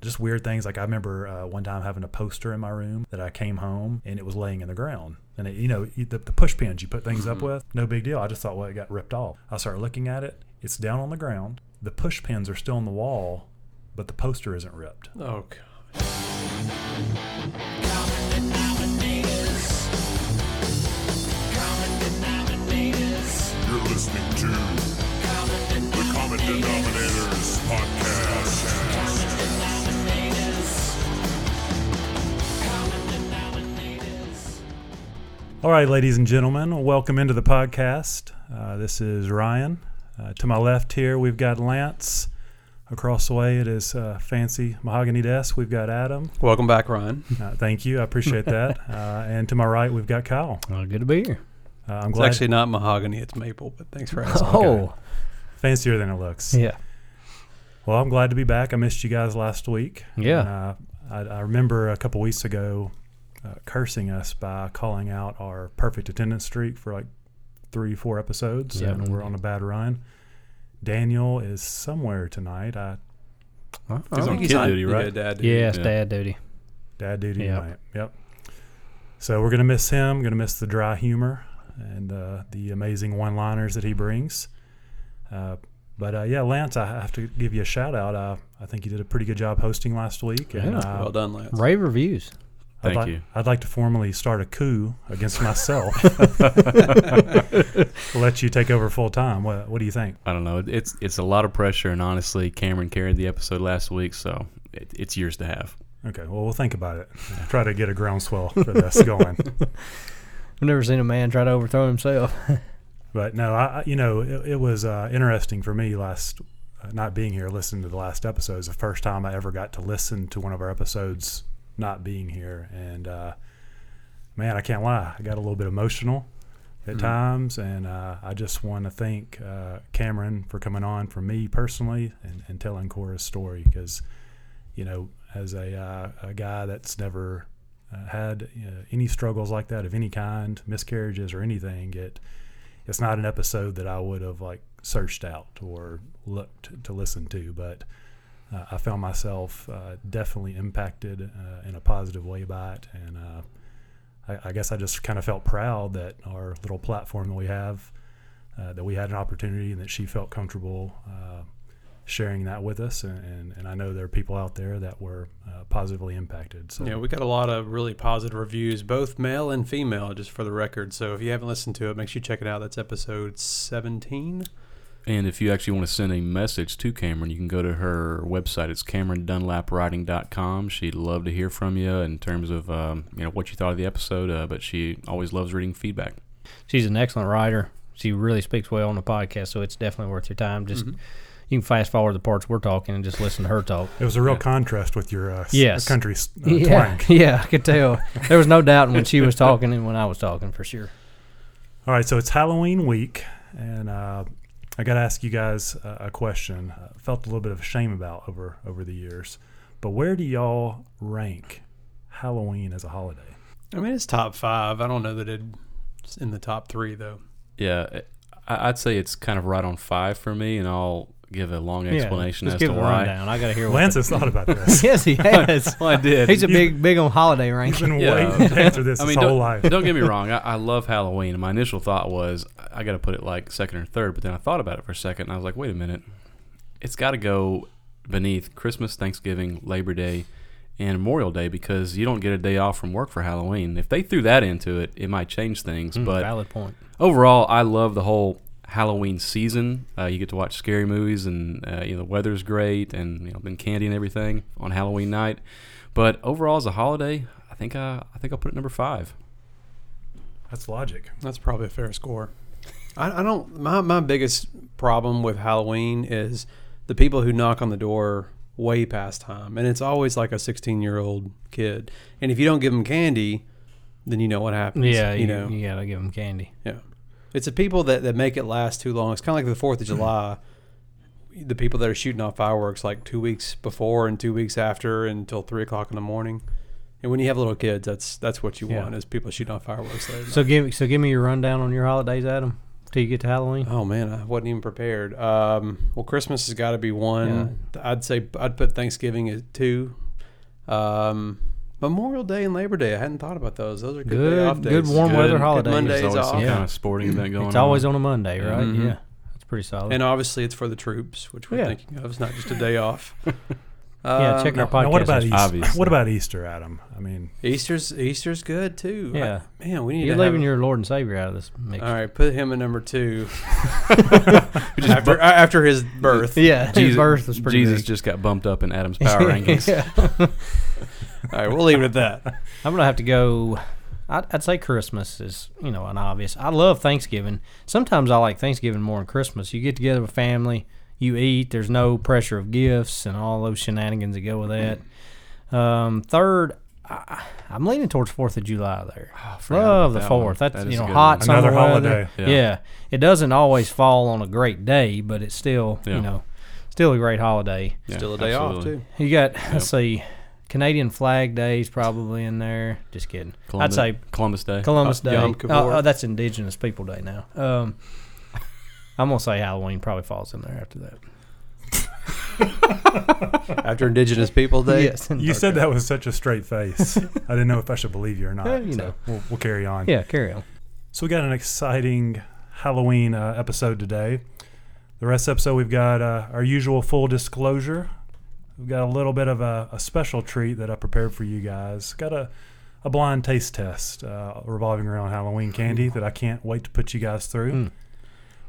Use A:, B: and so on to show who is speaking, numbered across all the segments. A: just weird things. Like I remember uh, one time having a poster in my room that I came home and it was laying in the ground. And it, you know you- the, the push pins you put things up with, no big deal. I just thought, well, it got ripped off. I started looking at it. It's down on the ground. The push pins are still on the wall, but the poster isn't ripped.
B: Oh god.
C: You're listening to the Common Denominators podcast.
A: All right, ladies and gentlemen, welcome into the podcast. Uh, this is Ryan. Uh, to my left here, we've got Lance. Across the way, it is uh, fancy mahogany desk. We've got Adam.
B: Welcome back, Ryan.
A: Uh, thank you, I appreciate that. Uh, and to my right, we've got Kyle.
D: Well, good to be here.
A: Uh, I'm
B: It's
A: glad
B: actually not mahogany; it's maple. But thanks for asking.
D: Oh,
A: fancier than it looks.
D: yeah.
A: Well, I'm glad to be back. I missed you guys last week.
D: Yeah.
A: And, uh, I, I remember a couple weeks ago uh, cursing us by calling out our perfect attendance streak for like three, four episodes,
D: Yeah.
A: and we're on a bad run. Daniel is somewhere tonight. I,
B: He's on
E: think he's
B: kid
E: on-
B: duty,
E: yeah,
B: right? dad duty.
D: Yes,
E: Yeah.
D: dad duty.
A: dad duty
D: Yep.
A: tonight. Yep. So we're gonna miss him. Gonna miss the dry humor and uh, the amazing one-liners that he brings. Uh, but uh, yeah, Lance, I have to give you a shout out. Uh, I think you did a pretty good job hosting last week. And,
D: Yeah.
A: uh,
B: Well done, Lance.
D: Rave reviews.
E: Thank
A: I'd li-
E: you.
A: I'd like to formally start a coup against myself. Let you take over full time. What, what do you think?
E: I don't know. It- It's it's a lot of pressure, and honestly, Cameron carried the episode last week, so it, it's yours to have.
A: Okay, well, we'll think about it. Try to get a groundswell for this going.
D: I've never seen a man try to overthrow himself.
A: But no, I, I- you know, it, it was uh, interesting for me last uh, not being here, listening to the last episode. It was the first time I ever got to listen to one of our episodes not being here, and uh, man, I can't lie, I got a little bit emotional at times, and uh, I just want to thank uh, Cameron for coming on for me personally and, and telling Cora's story because, you know, as a uh, a guy that's never uh, had you know, any struggles like that of any kind, miscarriages or anything, it it's not an episode that I would have like searched out or looked to listen to, but uh, I found myself uh, definitely impacted uh, in a positive way by it, and uh, I, I guess I just kind of felt proud that our little platform that we have, uh, that we had an opportunity, and that she felt comfortable. Uh, Sharing that with us, and, and, and I know there are people out there that were uh, positively impacted. So
B: Yeah, we got a lot of really positive reviews, both male and female, just for the record. So if you haven't listened to it, make sure you check it out. That's episode 17.
E: And if you actually want to send a message to Cameron, you can go to her website. It's CameronDunlapWriting.com. She'd love to hear from you in terms of um, you know what you thought of the episode, uh, but she always loves reading feedback.
D: She's an excellent writer. She really speaks well on the podcast, so it's definitely worth your time. Just
B: Mm-hmm.
D: you can fast forward the parts we're talking and just listen to her talk.
A: it was a real contrast with your uh, s-
D: Yes.
A: country s- uh, twang.
D: yeah, yeah, I could tell. There was no doubt when she was talking and when I was talking for sure.
A: All right, so it's Halloween week, and uh, I got to ask you guys uh, a question. I felt a little bit of shame about over over the years, but where do y'all rank Halloween as a holiday?
B: I mean, it's top five. I don't know that it's in the top three, though.
E: Yeah, I, I'd say it's kind of right on five for me, and I'll give a long explanation
D: yeah, let's
E: as
D: give
E: to
D: it a
E: why.
D: rundown. I got to hear what.
A: Lance has thought about this.
D: yes, he has.
E: Well, I did.
D: He's a
A: You-
D: big, big on holiday range.
A: He's been
E: Yeah.
A: waiting to answer this his
E: don't,
A: whole life.
E: don't get me wrong. I, I love Halloween. My initial thought was I- I got to put it like second or third, but then I thought about it for a second, and I was like, wait a minute, it's got to go beneath Christmas, Thanksgiving, Labor Day, and Memorial Day because you don't get a day off from work for Halloween. If they threw that into it, it might change things.
A: Hmm,
E: but
D: Mm, Valid point.
E: overall, I love the whole Halloween season. Uh, you get to watch scary movies, and uh, you know the weather's great, and you know then candy and everything on Halloween night. But overall, as a holiday, I think uh, I think I'll put it number five.
A: That's logic.
B: That's probably a fair score. I, I don't. My, my biggest problem with Halloween is the people who knock on the door way past time, and it's always like a 16 year old kid. And if you don't give them candy, then you know what happens.
D: Yeah,
B: you, know.
D: you gotta give him candy.
B: Yeah, it's the people that that make it last too long. It's kind of like the Fourth of July. The people that are shooting off fireworks like two weeks before and two weeks after until three o'clock in the morning. And when you have little kids, that's that's what you
A: Yeah.
B: want is people shooting off fireworks. Later.
D: So give so give me your rundown on your holidays, Adam. till you get to Halloween?
B: Oh man, I wasn't even prepared. Um, well, Christmas has got to be one. I'd say I'd put Thanksgiving at two. Um, Memorial Day and Labor Day. I hadn't thought about those. Those are good, day
D: Good-
B: off days.
D: good warm
E: Good-
D: weather
E: good
D: holidays.
B: Monday.
E: There's
B: Days
E: always some
B: off.
E: kind of sporting event going on.
D: It's always on a Monday, right?
B: Mhm.
D: Yeah, that's pretty solid.
B: And uh, obviously, it's for the troops, which we're
D: Yeah.
B: thinking of. It's not just a day off.
D: yeah,
B: Um,
D: check our
A: Now,
D: podcast.
A: what about
D: you?
A: Easter?
E: obviously.
A: What about Easter, Adam? I mean,
B: Easter's Easter's good too.
D: Yeah.
B: I- man, we need
D: You're
B: to have
D: leaving
B: a-
D: your Lord and Savior out of this mix.
B: All right, put him in number two
E: Just bu-
B: after after his birth.
D: Yeah,
E: Jesus,
D: his verse was pretty
E: Jesus
D: big.
E: just got bumped up in Adam's power rankings.
D: Yeah.
B: All right, we'll leave it at that.
D: I'm gonna have to go. I'd, I'd say Christmas is you know an obvious. I love Thanksgiving. Sometimes I like Thanksgiving more than Christmas. You get together with family, you eat. There's no pressure of gifts and all those shenanigans that go with that. Um, third, I, I'm leaning towards Fourth of July there.
E: I Oh, forgot about
D: love the
E: that
D: Fourth.
E: one.
D: That's
E: That is
D: you
E: a
D: know
E: good
D: hot
E: one.
A: Another
D: summer weather.
A: holiday.
E: Yeah.
D: Yeah. it doesn't always fall on a great day, but it's still
E: Yeah.
D: you know still a great holiday.
E: Yeah,
B: Still a day off
E: absolutely.
B: too.
D: You got let's see, Canadian Flag Day's probably in there. Just kidding.
E: Columbus,
D: I'd say
E: Columbus Day.
D: Columbus
B: Uh,
D: Day.
B: Yom
D: Oh,
B: Kippur.
D: oh, that's Indigenous People Day now. Um, I'm gonna say Halloween probably falls in there after that.
B: After Indigenous People Day.
A: you said that with such a straight face. I didn't know if I should believe you or not.
D: Yeah, you
A: so
D: know.
A: we'll, we'll carry on.
D: Yeah, carry on.
A: So we got an exciting Halloween uh, episode today. The rest of the episode, we've got uh, our usual full disclosure. We've got a little bit of a, a special treat that I prepared for you guys. Got a, a blind taste test uh, revolving around Halloween candy that I can't wait to put you guys through.
D: Mm.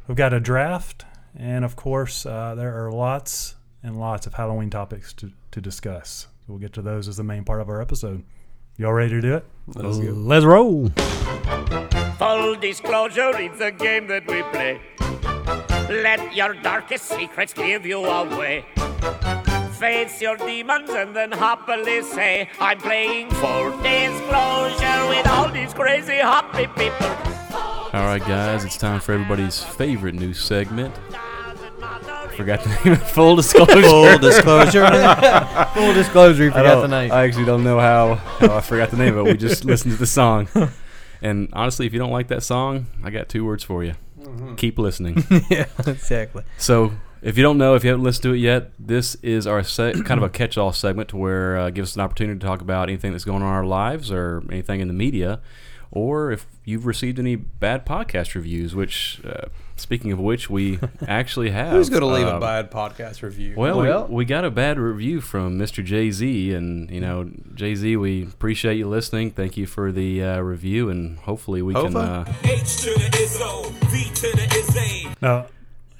A: We've got a draft, and of course, uh, there are lots and lots of Halloween topics to, to discuss. We'll get to those as the main part of our episode. Y'all ready to do it?
B: Let's go.
D: Let's roll.
F: Full disclosure is the game that we play. Let your darkest secrets give you away. Face your demons and then happily say, I'm playing for disclosure with all these crazy happy people.
E: All right, guys, it's time for everybody's favorite new segment.
F: Doesn't matter if
E: Forgot the name. of it. Full disclosure.
B: Full disclosure.
D: Full disclosure, you
E: I,
D: forgot the
E: don't-
D: name.
E: I actually don't know how, how I forgot the name of it. We just listened to the song. And honestly, if you don't like that song, I got two words for you.
B: Mm-hmm.
E: Keep listening.
D: yeah, exactly.
E: So, if you don't know, if you haven't listened to it yet, this is our se- kind of a catch-all segment to where uh, gives us an opportunity to talk about anything that's going on in our lives or anything in the media, or if you've received any bad podcast reviews. Which, uh, speaking of which, we actually have.
B: Who's going to leave a
E: Um,
B: bad podcast review?
E: Well,
D: Well-
E: we, we got a bad review from Mr. Jay Z, and you know, Jay Z, we appreciate you listening. Thank you for the uh, review, and hopefully we can.
B: Hova?
E: Uh,
G: H to the is O, V to the is A.
A: Now,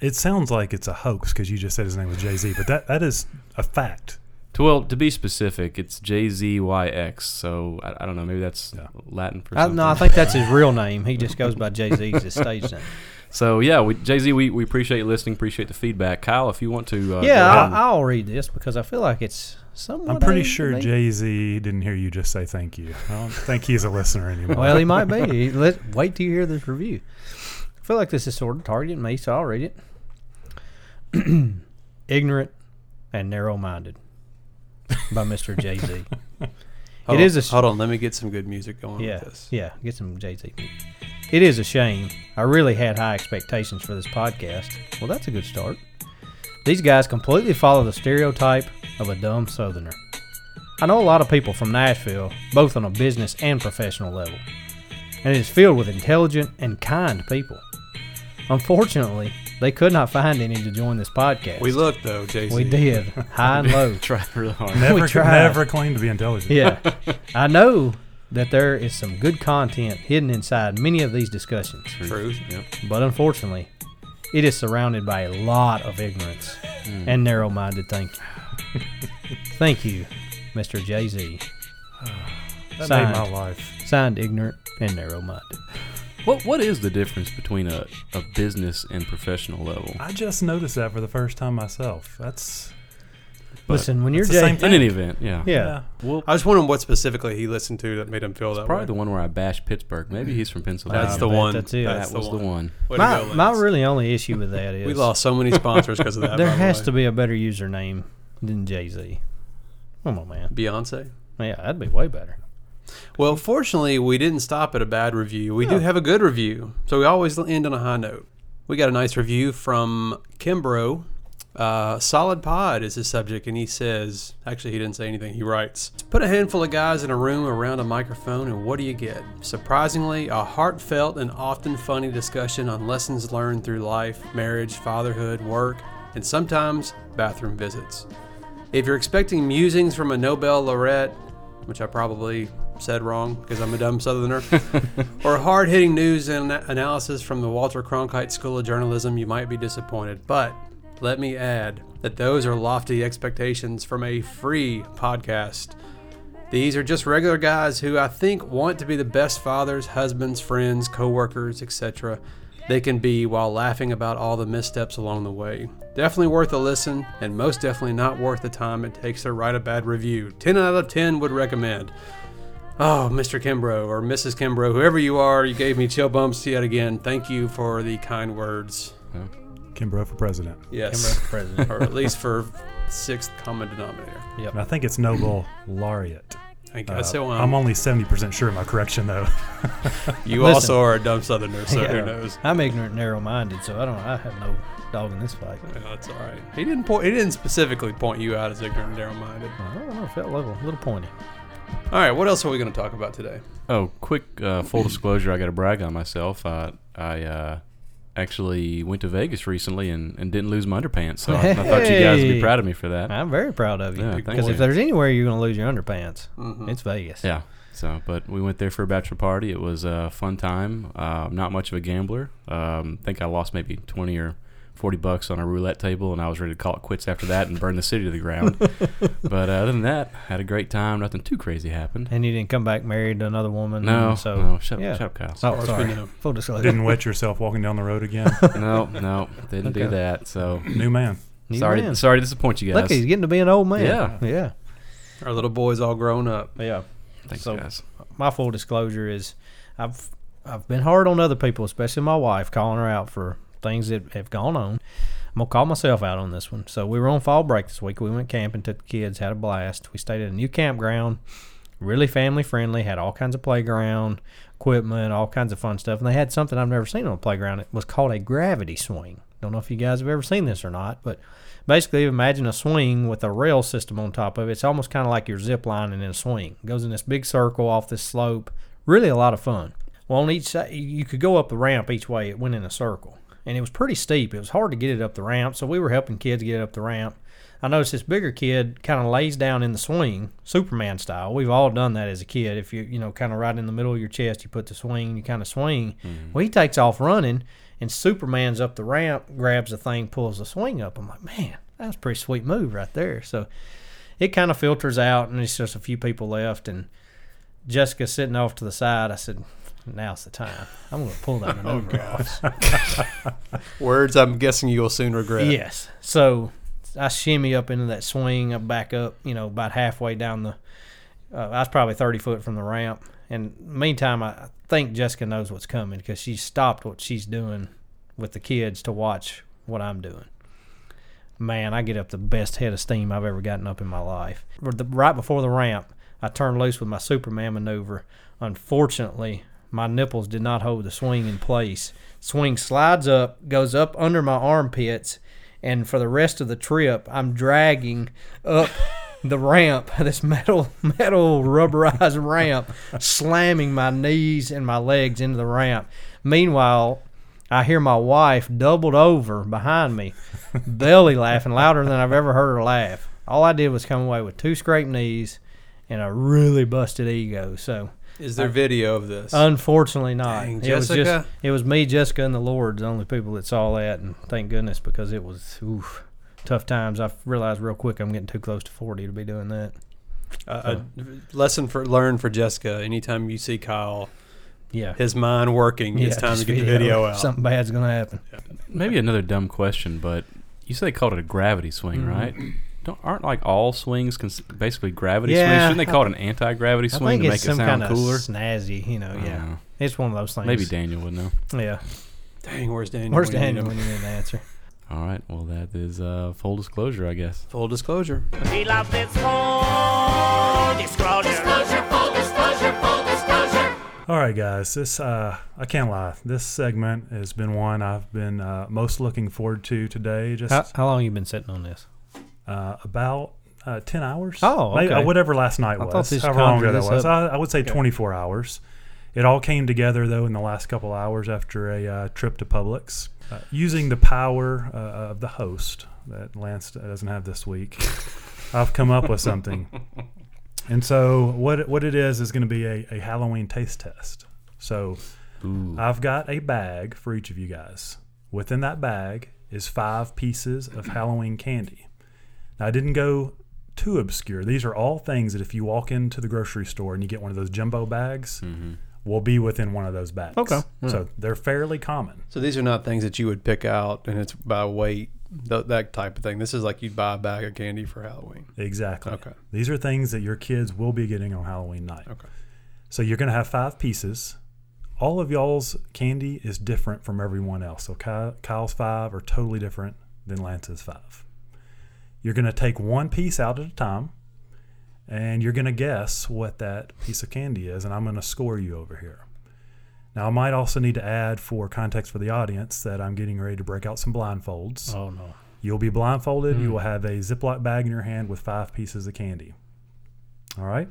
A: it sounds like it's a hoax because you just said his name was Jay Z, but that, that is a fact.
E: to, well, to be specific, it's Jay Z Y X. So I, I don't know. Maybe that's Latin for
D: I,
E: something.
D: Uh, no, I think that's his real name. He just goes by Jay Z's his stage name.
E: so yeah, we, Jay Z, we, we appreciate you listening. Appreciate the feedback, Kyle. If you want to, uh,
D: Yeah,
E: go
D: I,
E: ahead and-
D: I'll read this because I feel like it's somewhat.
A: Oh, I'm pretty
D: aimed at
A: sure
D: me.
A: Jay Z didn't hear you just say thank you. I don't think he's a listener anymore.
D: Well, he might be. Let wait till you hear this review. I feel like this is sort of targeting me, so I'll read it. Ignorant and narrow-minded by Mr. Jay Z.
B: Hold on-
D: it is a s-
B: hold on. Let me get some good music going
D: Yeah,
B: with this.
D: yeah. Get some Jay Z. It is a shame. I really had high expectations for this podcast. Well, that's a good start. These guys completely follow the stereotype of a dumb Southerner. I know a lot of people from Nashville, both on a business and professional level, and it is filled with intelligent and kind people. Unfortunately, they could not find any to join this podcast.
B: We looked though, Jay Z.
D: we did high and low.
E: try really hard.
A: never,
D: we tried.
A: never claimed to be intelligent.
D: Yeah. I know that there is some good content hidden inside many of these discussions,
B: Truth.
E: Yep.
D: but unfortunately, it is surrounded by a lot of ignorance
B: Hmm.
D: and narrow minded thinking. Thank you, Mr. Jay Z.
A: That
D: Signed.
A: made my life.
D: Signed ignorant and narrow minded.
E: What what is the difference between a, a business and professional level?
A: I just noticed that for the first time myself. That's
D: Listen, when you're
A: it's the
D: Jay
A: same
E: In any event, yeah,
D: Yeah.
E: Well,
B: I was wondering what specifically he listened to that made him feel that
E: probably
B: way.
E: the one where I bashed Pittsburgh. Maybe he's from Pennsylvania.
B: That's the
D: bet
B: one.
D: that's it.
E: that was the one.
B: Way to
D: My,
B: go,
D: my
B: Lance.
D: really only issue with that is
B: we lost so many sponsors because of that.
D: there has to be a better username than Jay Z. Come on, man.
B: be Beyonce.
D: Yeah, that'd be way better.
B: Well, fortunately, we didn't stop at a bad review. We do have a good review, so we always end on a high note. We got a nice review from Kimbro. Uh, Solid Pod is his subject, and he says, actually, he didn't say anything. He writes, Put a handful of guys in a room around a microphone, and what do you get? Surprisingly, a heartfelt and often funny discussion on lessons learned through life, marriage, fatherhood, work, and sometimes bathroom visits. If you're expecting musings from a Nobel laureate, which I probably said wrong because I'm a dumb Southerner, or hard hitting news and analysis from the Walter Cronkite School of Journalism, you might be disappointed. But let me add that those are lofty expectations from a free podcast. These are just regular guys who I think want to be the best fathers, husbands, friends, coworkers, etc. They can be while laughing about all the missteps along the way. Definitely worth a listen, and most definitely not worth the time it takes to write a bad review. 10 out of 10 would recommend. Oh, Mr. Kimbrough or Mrs. Kimbrough, whoever you are, you gave me chill bumps yet again. Thank you for the kind words.
A: Kimbrough for president.
B: Yes.
D: Kimbrough for president.
B: or at least for sixth common denominator.
A: And I think it's Nobel laureate.
B: I guess
A: Uh,
B: so.
A: I'm only 70% sure of my correction, though.
B: you
D: Listen.
B: also are a dumb southerner, so who knows?
D: I'm ignorant, and narrow-minded, so I don't. I have no dog in this fight.
B: Yeah, that's all right. He didn't point. He didn't specifically point you out as ignorant and narrow-minded.
D: I don't know. Felt level, a little pointy.
B: All right, what else are we going to talk about today?
E: Oh, quick uh, full disclosure. I got to brag on myself. I I uh, actually went to Vegas recently and, and didn't lose my underpants. So I, I thought you guys would
D: Hey.
E: be proud of me for that.
D: I'm very proud of you
E: Yeah, thank
D: because
E: you.
D: if there's anywhere you're going to lose your underpants, it's Vegas.
E: Yeah. So, but we went there for a bachelor party. It was a fun time. Uh, not much of a gambler. Um, think I lost maybe twenty or forty bucks on a roulette table, and I was ready to call it quits after that and burn the city to the ground. but uh, other than that, had a great time. Nothing too crazy happened.
D: And you didn't come back married to another woman.
E: No,
D: and so
E: no, shut up-
D: yeah.
E: shut up, Kyle. As
D: Oh,
B: as we
D: sorry.
B: know.
D: Full disclosure.
A: Didn't wet yourself walking down the road again.
E: No, no, didn't do
D: Okay.
E: that. So
A: New man.
D: You
E: sorry,
D: win.
E: sorry to disappoint you guys.
D: Look, he's getting to be an old man.
E: Yeah.
D: yeah,
B: Our little boy's all grown up.
D: yeah.
E: Thanks,
D: So-
E: guys.
D: My full disclosure is, I've I've been hard on other people, especially my wife, calling her out for things that have gone on. I'm gonna call myself out on this one. So we were on fall break this week. We went camping, took the kids, had a blast. We stayed at a new campground, really family friendly. Had all kinds of playground equipment, all kinds of fun stuff, and they had something I've never seen on a playground. It was called a gravity swing. Don't know if you guys have ever seen this or not, but basically imagine a swing with a rail system on top of it. It's almost kind of like your zip lining in a swing. It goes in this big circle off this slope. Really a lot of fun. Well, on each side, you could go up the ramp each way. It went in a circle, and it was pretty steep. It was hard to get it up the ramp, so we were helping kids get it up the ramp. I noticed this bigger kid kind of lays down in the swing, Superman style. We've all done that as a kid. If you you know kind of right in the middle of your chest, you put the swing, you kind of swing. Well, he takes off running, and Superman's up the ramp, grabs the thing, pulls the swing up. I'm like, man, that's a pretty sweet move right there. So it kind of filters out, and it's just a few people left, and Jessica sitting off to the side. I said, now's the time. I'm going to pull that maneuver off.
B: Words I'm guessing you will soon regret.
D: Yes. So I shimmy up into that swing. I back up, you know, about halfway down the. Uh, I was probably 30 foot from the ramp. And meantime, I think Jessica knows what's coming because she stopped what she's doing with the kids to watch what I'm doing. Man, I get up the best head of steam I've ever gotten up in my life. Or the- Right before the ramp, I turn loose with my Superman maneuver. Unfortunately, my nipples did not hold the swing in place. Swing slides up, goes up under my armpits, and for the rest of the trip, I'm dragging up the ramp, this metal metal rubberized ramp, slamming my knees and my legs into the ramp. Meanwhile, I hear my wife doubled over behind me, belly laughing louder than I've ever heard her laugh. All I did was come away with two scraped knees and a really busted ego. So,
B: Is there video of this?
D: Uh, unfortunately, not.
B: Dang,
D: it was
B: Jessica.
D: just it was me, Jessica, and the Lord, the only people that saw that, and thank goodness because it was oof, tough times. I realized real quick I'm getting too close to forty to be doing that.
B: Uh, a lesson for learned for Jessica. Anytime you see Kyle,
D: Yeah,
B: his mind working,
D: Yeah,
B: it's time to
D: just
B: get the video out.
D: Something bad's gonna happen.
E: Maybe another dumb question, but you said they called it a gravity swing,
D: Mm-hmm.
E: right? Don't, aren't like all swings cons- basically gravity swings?
D: Yeah.
E: Shouldn't they call it an anti-gravity
D: I
E: swing
D: think
E: to
D: it's
E: make it
D: some
E: sound
D: kind of
E: cooler?
D: snazzy, you know.
E: I
D: Yeah,
E: don't know.
D: it's one of those things.
E: Maybe Daniel would know.
D: Yeah,
B: Dang, where's Daniel?
D: where's
B: We need
D: Daniel
B: him.
D: when you need an answer?
E: All right, well that is uh, full disclosure, I guess.
B: Full disclosure.
F: We love this whole disclosure.
H: Disclosure, full disclosure, full disclosure.
A: All right, guys. This uh, I can't lie. This segment has been one I've been uh, most looking forward to today. Just
D: How, how long you been sitting on this?
A: uh, about uh, ten hours.
D: Oh,
A: Maybe-
D: okay.
A: whatever last night
D: I
A: was.
D: thought this
A: however long
D: conjured
A: ago that
D: this
A: was.
D: up.
A: I, I would say twenty-four hours. It all came together though in the last couple hours after a uh, trip to Publix, uh, using the power uh, of the host that Lance doesn't have this week. I've come up with something. And so what what it is is going to be a, a Halloween taste test. So I've got a bag for each of you guys. Within that bag is five pieces of Halloween candy. Now I didn't go too obscure. These are all things that if you walk into the grocery store and you get one of those jumbo bags,
B: Mm-hmm.
A: will be within one of those bags.
D: Okay.
A: So they're fairly common.
B: So these are not things that you would pick out, and it's by weight, th- that type of thing. This is like you'd buy a bag of candy for Halloween.
A: Exactly.
B: Okay.
A: These are things that your kids will be getting on Halloween night.
B: Okay.
A: So you're going to have five pieces. All of y'all's candy is different from everyone else. So Ky- Kyle's five are totally different than Lance's five. You're going to take one piece out at a time and you're going to guess what that piece of candy is. And I'm going to score you over here. Now, I might also need to add for context for the audience that I'm getting ready to break out some blindfolds.
D: Oh no.
A: You'll be blindfolded. You will have a Ziploc bag in your hand with five pieces of candy. All right.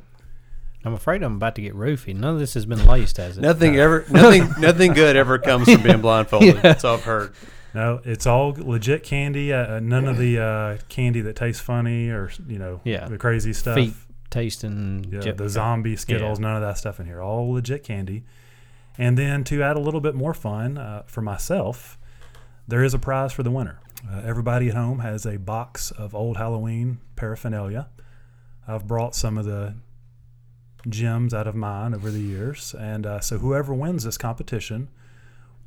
D: I'm afraid I'm about to get roofied. None of this has been laced, has it?
B: Nothing ever, nothing, nothing good ever comes from being blindfolded. That's all I've heard.
A: No, it's all legit candy. Uh, uh, none of the uh, candy that tastes funny or you know
D: Yeah.
A: the crazy stuff.
D: Feet tasting.
A: Yeah,
D: jet-
A: the zombie Skittles, none of that stuff in here. All legit candy. And then to add a little bit more fun uh, for myself, there is a prize for the winner. Uh, everybody at home has a box of old Halloween paraphernalia. I've brought some of the gems out of mine over the years. And uh, so whoever wins this competition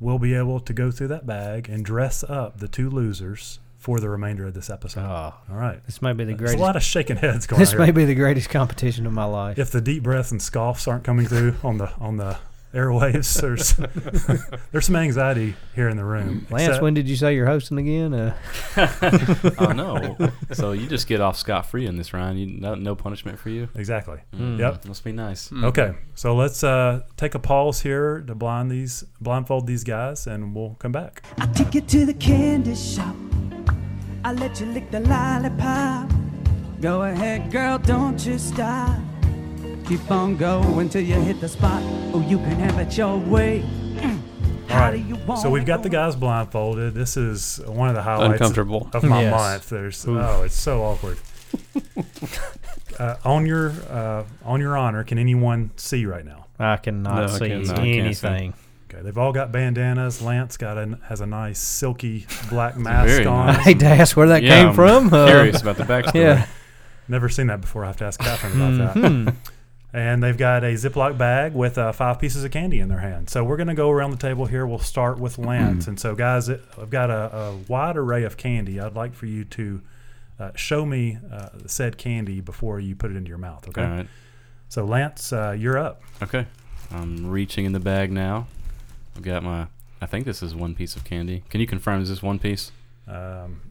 A: will be able to go through that bag and dress up the two losers for the remainder of this episode.
D: Oh,
A: All right.
D: this may be the
A: There's a
D: greatest.
A: lot of shaking heads going on.
D: This
A: here
D: may be the greatest competition of my life.
A: if the deep breaths and scoffs aren't coming through on the on the airwaves, there's there's some anxiety here in the room.
D: Lance,
A: Except-
D: when did you say you're hosting again? Uh,
E: I know. so you just get off scot free in this, Ryan. You, no, no punishment for you.
A: exactly. Yep.
E: Must be nice.
D: Hmm.
A: Okay. So let's uh, take a pause here to blind these blindfold these guys, and we'll come back.
H: I take you to the candy shop. I let you lick the lollipop. Go ahead, girl, don't you stop. Keep on going till you hit the spot. Oh, you can have it your way. Mm. How do you want
A: So we've got the guys blindfolded. This is one of the highlights
B: Uncomfortable.
A: of my
D: Yes.
A: month. There's oh, it's so awkward. uh, on your uh, on your honor, can anyone see right now?
D: I cannot
E: No, I
D: see
E: can't- no, I can't see.
D: anything.
A: Okay, they've all got bandanas. Lance got an, has a nice silky black mask
E: very
A: on.
D: I hate to ask where that
E: Yeah,
D: came
E: I'm
D: from. uh,
E: Curious about the backstory.
D: yeah.
A: Never seen that before. I have to ask Catherine about that. And they've got a Ziploc bag with uh, five pieces of candy in their hand. So we're going to go around the table here. We'll start with
E: Hmm.
A: Lance. and so, guys, it, I've got a, a wide array of candy. I'd like for you to uh, show me uh, said candy before you put it into your mouth. Okay.
E: All right.
A: So, Lance, uh, you're up.
E: Okay. I'm reaching in the bag now. I've got my. I think this is one piece of candy. Can you confirm? Is this one piece?
A: Um,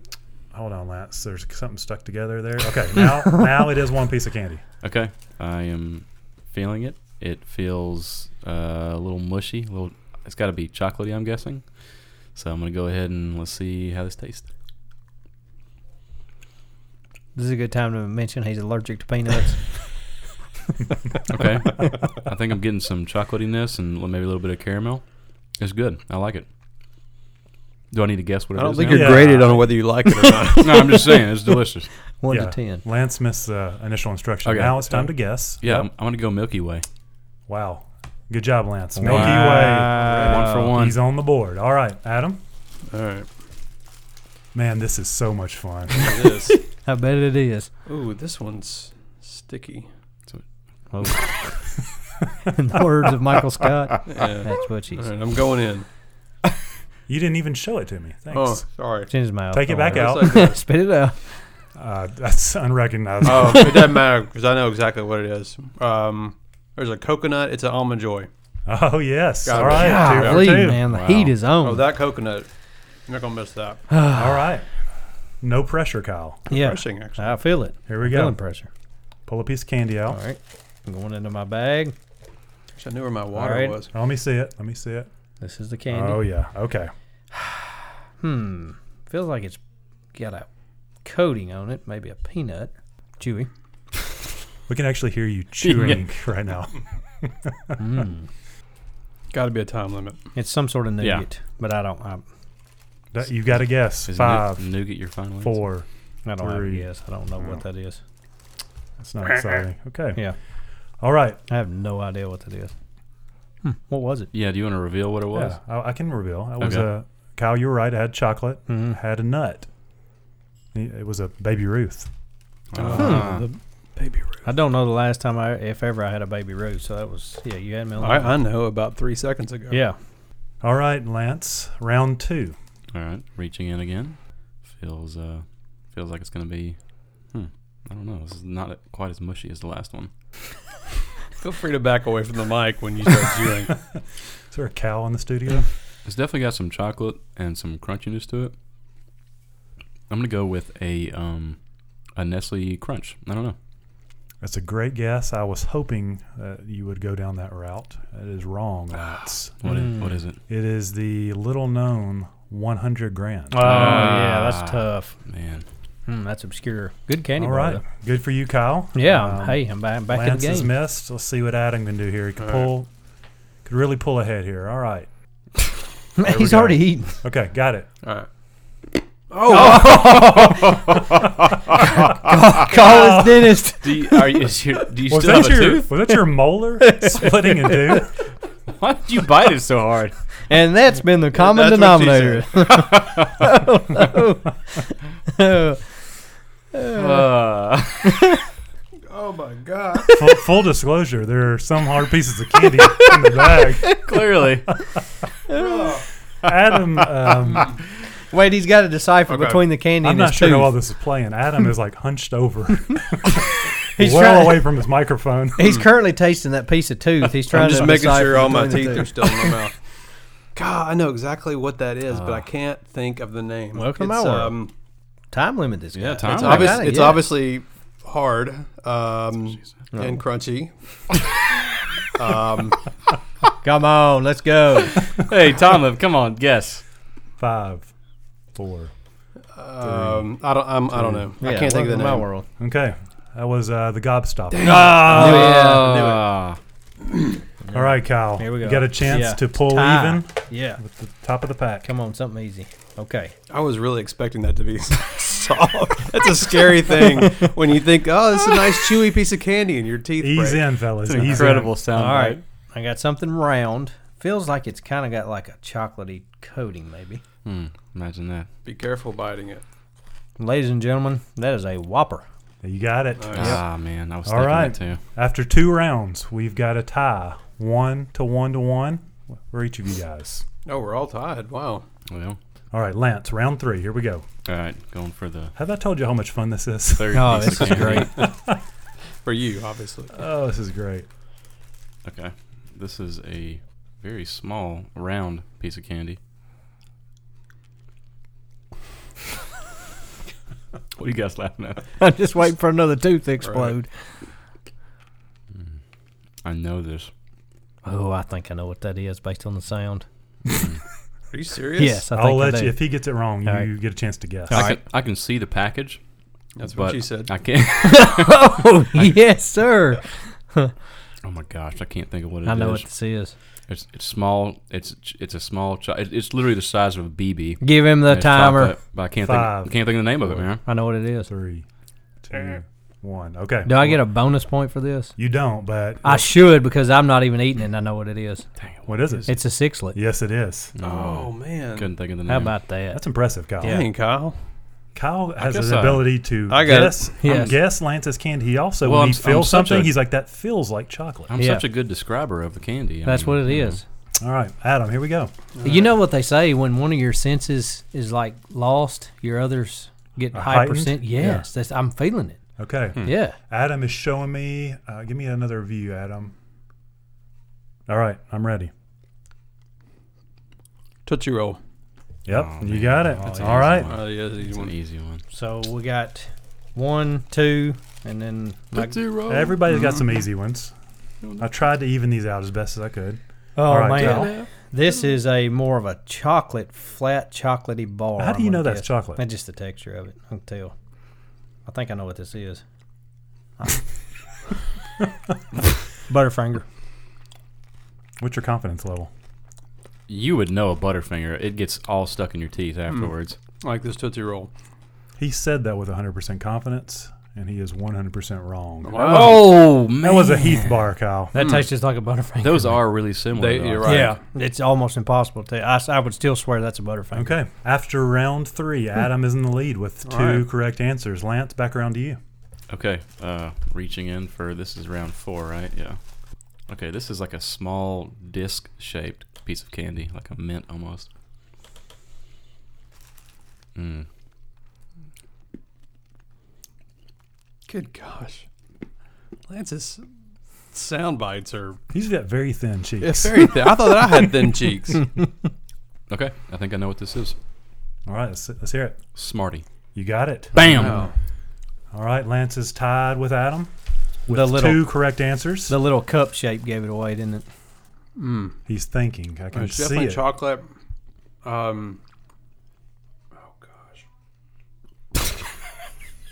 A: hold on, Lance. There's something stuck together there. Okay. Now, now it is one piece of candy.
E: Okay. I am feeling it. It feels uh, a little mushy. A little. It's got to be chocolatey. I'm guessing. So I'm gonna go ahead and let's see how this tastes.
D: This is a good time to mention he's allergic to peanuts.
E: Okay. I think I'm getting some chocolatiness and maybe a little bit of caramel. It's good. I like it. Do I need to guess what it
B: I don't
E: is
B: think
E: now?
B: you're
A: Yeah.
B: graded on whether you like it or not.
E: no, I'm just saying it's delicious.
D: One to ten.
A: Lance missed the initial instruction.
E: Okay.
A: Now it's time to guess.
E: Yeah, I'm, I'm gonna go Milky Way.
A: Wow. Good job, Lance. Milky
E: One for
A: Way.
E: one.
A: Uh, He's on the board. All right, Adam.
B: all right.
A: Man, this is so much fun.
B: This.
D: I bet it is.
B: Ooh, this one's sticky.
D: In the words of Michael Scott,
B: Yeah.
D: that's what she
B: All
D: said.
B: right, I'm going in.
A: you didn't even show it to me. Thanks.
B: Oh, sorry.
D: It's in his mouth.
A: Take it
D: don't
A: back
D: worry.
A: out.
B: It's like that.
D: Spit it out.
A: Uh, that's unrecognizable.
B: oh, it doesn't matter because I know exactly what it is. Um, there's a coconut. It's an almond joy.
E: Uh,
A: Oh, yes.
B: Got
A: All
B: it.
A: right.
D: Golly,
A: two for two.
D: man, the heat is
E: Hmm.
D: on.
B: Oh, that coconut. You're not gonna miss that.
A: All right. No pressure, Kyle.
D: yeah,
B: Refreshing, actually.
D: I feel it.
A: Here we
D: Feeling
A: go.
D: pressure.
A: Pull a piece of candy out.
D: All right, I'm going into my bag.
B: Wish I knew where my water
D: All right.
B: was.
A: Let me see it. Let me see it.
D: This is the candy.
A: Oh yeah. Okay.
D: Hmm. Feels like it's got a coating on it, maybe a peanut. Chewy.
A: We can actually hear you chewing right now.
B: Got to be a time limit.
D: It's some sort of
E: Yeah.
D: nougat, but I don't. I,
A: That, you got to guess.
E: Is
A: Five,
E: nou- nougat your final answer?
A: four.
D: I don't have a
A: Three.
D: guess. I don't know what that is.
A: That's not exciting. Okay.
D: Yeah,
A: All right.
D: I have no idea what that is. Hmm. What was it?
E: Yeah, do you want to reveal what it was?
A: Yeah, I, I can reveal. It was
E: Okay.
A: a Kyle. You were right. It had chocolate.
D: Mhm.
A: Had a nut. It was a baby Ruth. Hmm.
D: Uh,
E: Ah.
B: Baby Ruth.
D: I don't know the last time I, if ever, I had a baby root. So that was yeah. You had me. on
B: I,
D: that.
B: I know about three seconds ago.
D: yeah.
A: All right, Lance. Round two.
E: All right, reaching in again. Feels uh, feels like it's gonna be. Hmm. I don't know. This is not quite as mushy as the last one.
B: Feel free to back away from the mic when you start chewing.
A: Is there a cow in the studio?
E: It's definitely got some chocolate and some crunchiness to it. I'm gonna go with a um, a Nestle Crunch. I don't know.
A: That's a great guess. I was hoping that you would go down that route. It is wrong,
D: Ah,
A: Lance.
E: What i- what is it?
A: it is the little known 100 grand.
D: Oh yeah,
E: Ah.
D: that's tough.
E: Man,
D: Hmm, that's obscure. Good candy
A: All
D: bar.
A: right. Good for you, Kyle.
D: though. Yeah.
A: Um,
D: hey, I'm back, back in
A: Lance
D: the
A: has
D: game.
A: missed. Let's see what Adam can do here. He can pull, could really pull ahead here. All right. we
D: He's
A: go.
D: already eating.
A: Okay, got it.
B: All right.
D: Call his dentist.
E: do you, are you, is your, do you
A: Was
E: still
A: that
E: have a
A: your
E: tooth?
A: was that your molar splitting in two?
E: Why did you bite it so hard?
D: And that's been the common
E: That's what she
D: denominator. Oh,
E: Uh,
B: Oh my God.
A: Full, full disclosure: there are some hard pieces of candy in the bag.
E: clearly,
A: Adam, um,
D: no. Wait, he's got to decipher between the candy
A: I'm
D: and
A: not
D: his
A: sure how
D: tooth.
A: all this is playing. Adam is like hunched over,
D: He's
A: well
D: trying-
A: away from his microphone.
D: He's currently tasting that piece of tooth. He's trying
B: I'm just
D: to
B: making
D: decipher
B: sure all my
D: between
B: teeth
D: the
B: are
D: two.
B: still in my mouth. God, I know exactly what that is,
D: Ah.
B: but I can't think of the name.
D: Welcome to
B: it's,
D: my world.
B: Um,
D: Time limit this.
E: yeah.
D: guy.
E: Time.
B: it's
E: limit.
B: obvious,
D: got it,
B: it's
D: yeah.
B: obviously hard um, and crunchy. um,
D: Come on, let's go.
E: hey, Tomlin, come on, guess.
A: Five, four.
B: um, I don't. I'm, I don't know. I
D: Yeah,
B: can't think of the
D: welcome to
B: name.
D: My world.
A: Okay, that was uh, the Gobstopper. Ah!
D: Oh, yeah.
E: Uh,
A: All right, Kyle,
D: Here we
A: You
D: go.
A: got a chance
D: Yeah.
A: to pull
D: Tie.
A: even
D: Yeah.
A: with the top of the pack.
D: Come on, something easy. Okay.
B: I was really expecting that to be soft. That's a scary thing when you think, oh, this is a nice chewy piece of candy, and your teeth
A: Ease
B: break.
A: in, fellas.
E: an
A: ease
E: incredible
A: In.
E: sound.
D: All right. I got something round. Feels like it's kind of got like a chocolatey coating, maybe.
E: Hmm, imagine that.
B: Be careful biting it.
D: Ladies and gentlemen, that is a whopper.
A: You got it.
E: Ah, man, I was
A: All
E: thinking
A: right.
E: that too.
A: After two rounds, we've got a tie, one to one to one for each of you guys.
B: Oh, we're all tied. Wow.
E: Well,
A: All right, Lance, round three. Here we go.
E: all right, going for the
A: Have I told you how much fun this is?
E: third.
D: Oh,
E: piece
D: this
E: of
D: is
E: candy.
D: great.
B: For you, obviously.
A: Oh, this is great.
E: Okay, this is a very small round piece of candy. what are you guys laughing at?
D: I'm just waiting for another tooth to explode.
E: I know this.
D: Oh, I think I know what that is based on the sound.
B: Are you serious?
D: Yes, I think
A: I'll
D: I
A: let
D: do.
A: you. If he gets it wrong, you
D: All right.
A: get a chance to guess.
E: I can I can see the package.
B: That's
E: but
B: what she said.
E: I can't.
D: oh, yes, sir.
E: oh my gosh, I can't think of what it is.
D: I know what this is.
E: It's it's small. It's it's a small. Ch- it- it's literally the size of a BB.
D: Give him the
E: It's
D: timer.
E: chocolate, But I can't
A: Five.
E: think. I can't think of the name of it, man.
D: I know what it is.
A: Three, two, one. Okay.
D: Do I get a bonus point for this?
A: You don't, but
D: I should because I'm not even eating it and I know what it is.
A: what is it?
D: It's a sixlet.
A: yes, it is.
B: oh, man.
E: Couldn't think of the name.
D: How about that?
A: That's impressive, Kyle.
B: Dang, Kyle.
A: Kyle has
E: guess
A: his
E: I-
A: ability to
B: I got it.
A: guess,
D: Yes.
A: guess Lance's candy. He also,
E: Well,
A: when
E: I'm
A: he
E: s- I'm
A: feels
E: such
A: something,
E: a-
A: he's like, that feels like chocolate.
E: I'm
D: Yeah.
E: such a good describer of the candy. I
D: That's
E: mean,
D: what it
E: you know.
D: is.
A: All right, Adam, here we go.
D: You know what they say when one of your senses is like lost, your others get
A: Are
D: high
A: heightened?
D: percent. Yes, that's, I'm feeling it.
A: Okay.
E: Hmm.
D: Yeah.
A: Adam is showing me. Uh, give me another view, Adam. All right, I'm ready.
B: Tootsie Roll.
A: Yep,
E: Oh,
A: you
E: man.
A: got it.
E: That's
A: All
E: an
A: right.
E: easy one.
B: Oh, yeah, that's an easy
E: It's an
B: one.
E: easy one.
D: So we got one, two, and then my,
E: Zero. Mm-hmm.
A: Everybody's got some easy ones. I tried to even these out as best as I could.
D: Oh
A: All right,
D: man,
A: Dale.
D: this is a more of a chocolate, flat, chocolatey bar.
A: How do
D: I'm
A: you
D: gonna
A: know that's
D: guess.
A: chocolate?
D: That's just the texture of it. I can tell. I think I know what this is. Butterfinger.
A: What's your confidence level?
E: You would know a Butterfinger. It gets all stuck in your teeth afterwards.
B: Like this Tootsie Roll.
A: He said that with 100% confidence, and he is 100% wrong.
E: Oh man,
A: That was a Heath bar, Kyle.
D: That tastes just like a Butterfinger.
E: Those are really similar.
B: They-
E: though.
B: you're right.
D: Yeah, it's almost impossible to. I, s- I would still swear that's a Butterfinger.
A: Okay. After round three,
E: Hmm.
A: Adam is in the lead with two
B: right.
A: correct answers. Lance, back around to you.
E: Okay, uh, reaching in for this is round four, right? Yeah. Okay, this is like a small disc shaped piece of candy, like a mint almost. Mm.
B: Good gosh. Lance's sound bites are
A: He's got very thin cheeks.
B: very thin. I thought that I had thin cheeks.
E: Okay, I think I know what this is.
A: All right, let's, let's hear it.
E: Smarty.
A: You got it.
E: Bam!
B: Oh.
A: All right, Lance is tied with Adam with
D: The little-
A: two correct answers.
D: The little cup shape gave it away, didn't it?
A: He's thinking. I can
B: It's
A: see
B: definitely
A: it.
B: chocolate. Um, oh gosh,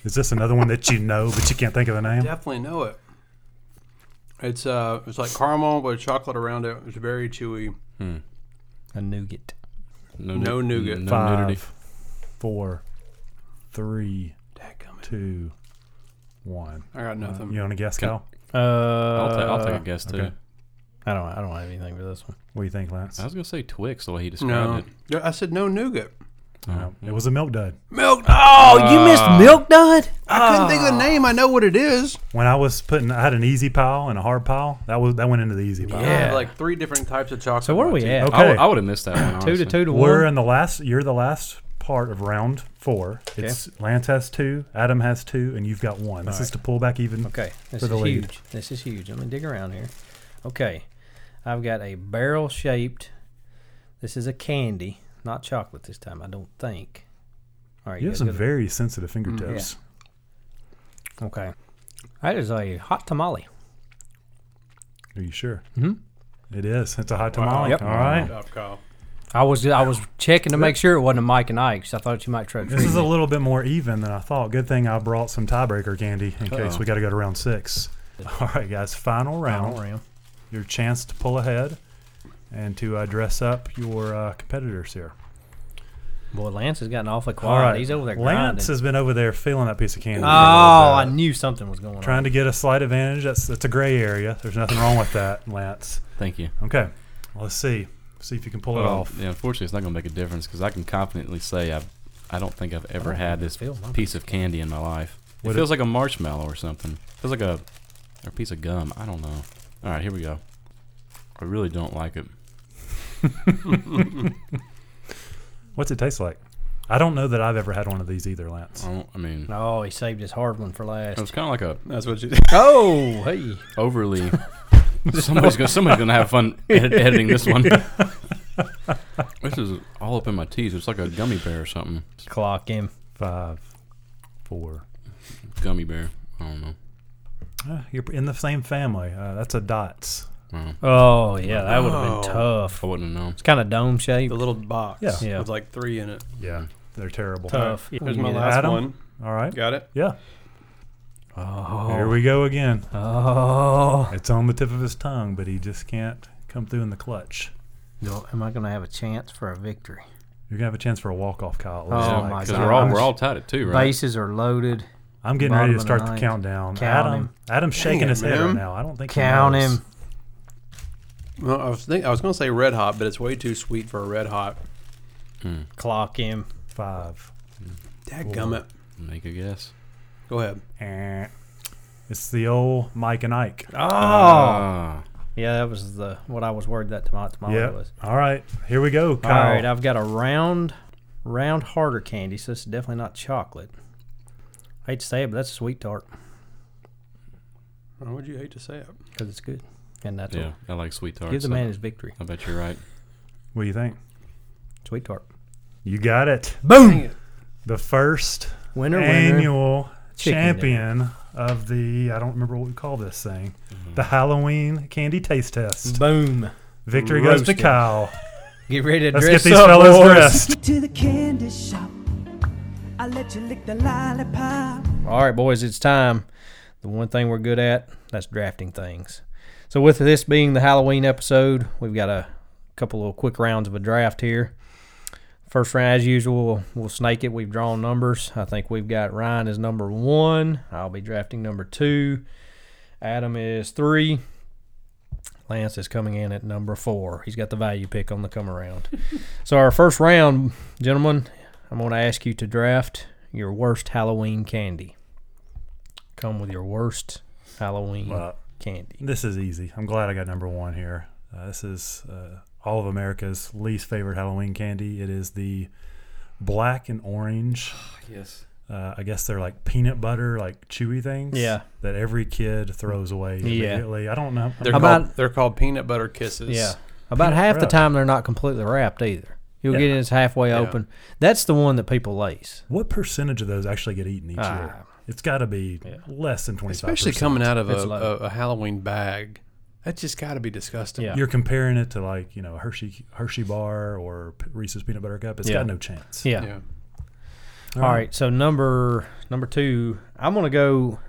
A: Is this another one that you know but you can't think of the name?
B: definitely know it. It's uh, it's like caramel with chocolate around it. It's very chewy.
D: A nougat.
B: No
E: nu-
B: nougat.
E: No nudity.
A: Five, four, three,
B: Dadgummit.
A: two, one.
B: I got nothing.
A: You want to guess,
E: Can-
A: Kyle?
D: Uh,
E: I'll, ta- I'll take a guess too.
A: okay.
D: I don't. I don't have anything for this one.
A: What do you think, Lance?
E: I was gonna say Twix the way he described
B: No,
E: it.
B: Yeah, I said no nougat.
A: No, it was a milk dud.
B: Milk.
D: Oh, you
A: Uh,
D: missed Milk Dud.
B: I couldn't think of the name. I know what it is.
A: When I was putting, I had an easy pile and a hard pile. That was that went into the easy pile.
B: I have
D: Yeah.
B: like three different types of chocolate.
D: So where are
B: in my
D: we
B: teeth.
D: at?
A: Okay.
E: I would- I would have missed that one.
D: Two to
E: honestly.
D: two to
A: We're
D: one.
A: in the last. You're the last part of round four. It's Lance has two, Adam has two, and you've got one. This is to pull back even.
D: Okay, this
A: for
D: is
A: the lead.
D: huge. This is huge. Let me dig around here. Okay, I've got a barrel shaped. This is a candy, not chocolate this time. I don't think. All right,
A: You have
D: guys
A: some
D: Mm-hmm. got it?
A: very sensitive fingertips.
D: okay. That is a hot tamale.
A: Are you sure? Mm-hmm. It is. It's a hot tamale.
D: Yep.
A: All right.
B: Stop, Kyle.
D: I was I was checking to make sure it wasn't a Mike and Ike 'cause I thought you might try. to
A: This
D: trick
A: is a
D: me.
A: little bit more even than I thought. Good thing I brought some tiebreaker candy in case we got to go to round six. All right, guys. Final round.
D: Final round.
A: Your chance to pull ahead and to uh, dress up your uh, competitors here.
D: Boy, Lance has gotten awfully quiet. He's over there grinding.
A: Lance has been over there feeling that piece of candy.
D: oh, I knew something was going on.
A: Trying to get a slight advantage. That's that's a gray area. There's nothing wrong with that, Lance.
E: Thank you.
A: Okay. Let's see. See if you can pull it
E: Well,
A: off.
E: Yeah, unfortunately, it's not going to make a difference because I can confidently say I've, I don't think I've ever had this
D: feel mine.
E: piece of candy in my life. It
A: Would it-
E: feels like a marshmallow or something. feels like a, or a piece of gum. I don't know. All right, here we go. I really don't like it.
A: What's it taste like? I don't know that I've ever had one of these either, Lance.
E: I, don't, I mean,
D: Oh, he saved his hard one for last.
E: it was kind of like a
B: That's what you.
D: Oh, hey.
E: overly. somebody's gonna somebody's gonna have fun ed- editing this one. this is all up in my teeth. It's like a gummy bear or something. It's
D: Clock him.
A: Five, four.
E: a gummy bear. I don't know.
A: Uh, you're in the same family. Uh, that's a dots.
D: Oh, yeah, that would have been
A: Oh.
D: tough.
E: I wouldn't know.
D: It's kind of dome shaped.
B: The little box.
A: Yeah.
D: Yeah.
B: With like three in it.
A: Yeah, they're terrible.
D: Tough. Yeah.
B: There's my
D: Yeah.
B: last
A: Adam?
B: one.
A: All right.
B: Got it.
A: Yeah. Oh. Here we go again.
D: Oh.
A: It's on the tip of his tongue, but he just can't come through in the clutch.
D: No, am I going to have a chance for a victory?
A: You're gonna have a chance for a walk-off, Kyle.
D: Oh,
E: Yeah,
D: my
E: we're all
D: gosh.
E: we're all tied at two, right?
D: Bases are loaded.
A: I'm getting ready
D: Bottom
A: to
D: of the
A: start the,
D: ninth.
A: countdown.
D: Count
A: Adam,
D: him.
A: Adam's shaking
B: Dang it,
A: his head right
B: man.
A: now. I don't think he
D: Count
A: knows.
D: him.
B: Well, I was think I was gonna say red hot, but it's way too sweet for a red hot.
D: Clock him.
A: Five.
B: Dadgummit.
E: Make a guess.
B: Go ahead.
A: Eh. It's the old Mike and Ike.
D: Oh.
E: Ah.
D: Yeah, that was the what I was worried that tomato, tomato
A: yeah.
D: was.
A: All right. Here we go,
D: All
A: Kyle.
D: right, I've got a round, round harder candy, so it's definitely not chocolate. I hate to say it, but that's sweet tart
B: Why would you hate to say it?
D: because it's good. And that's
E: yeah,
D: all.
E: I like sweet tarts.
D: Give the
E: so
D: man his victory.
E: I bet you're right.
A: what do you think?
D: Sweet tart.
A: You got it.
D: Boom!
A: The first
D: Winner, winner.
A: annual
D: Chicken
A: champion of the I don't remember what we call this thing,
D: Mm-hmm.
A: the Halloween candy taste test.
D: Boom.
A: Victory goes
D: Roasted.
A: to Kyle.
D: Get ready to
A: Let's
D: dress
A: get these
D: up,
A: fellas
D: boys.
A: dressed.
H: To the candy shop, I let you lick the lollipop.
D: All right, boys, it's time. The one thing we're good at, that's drafting things. So, with this being the Halloween episode, we've got a couple of quick rounds of a draft here. First round, as usual, we'll, we'll snake it. We've drawn numbers. I think we've got Ryan as number one. I'll be drafting number two. Adam is three. Lance is coming in at number four. He's got the value pick on the come around. so, our first round, gentlemen, I'm going to ask you to draft your worst Halloween candy. Come with your worst Halloween
A: Well,
D: candy.
A: This is easy. I'm glad I got number one here. Uh, this is uh, all of America's least favorite Halloween candy. It is the black and orange.
E: Yes.
A: Uh, I guess they're like peanut butter, like chewy things.
D: Yeah.
A: That every kid throws away
D: Yeah.
A: immediately. I don't know.
B: They're
D: How
B: called,
D: about-
B: they're called peanut butter kisses.
D: Yeah. About half the
A: wrapped.
D: time, they're not completely wrapped either. You'll get it, it's halfway open. That's the one that people lace.
A: What percentage of those actually get eaten each
D: Ah.
A: year? It's got to be less than 25%.
B: Especially coming out of a,
D: It's low.
B: a, a Halloween bag. That's just got to be disgusting.
D: Yeah.
A: You're comparing it to like, you know, a Hershey Hershey bar or P- Reese's peanut butter cup. It's
D: Yeah.
A: got no chance.
D: Yeah.
B: Yeah.
D: All right. So number number two, I'm gonna go.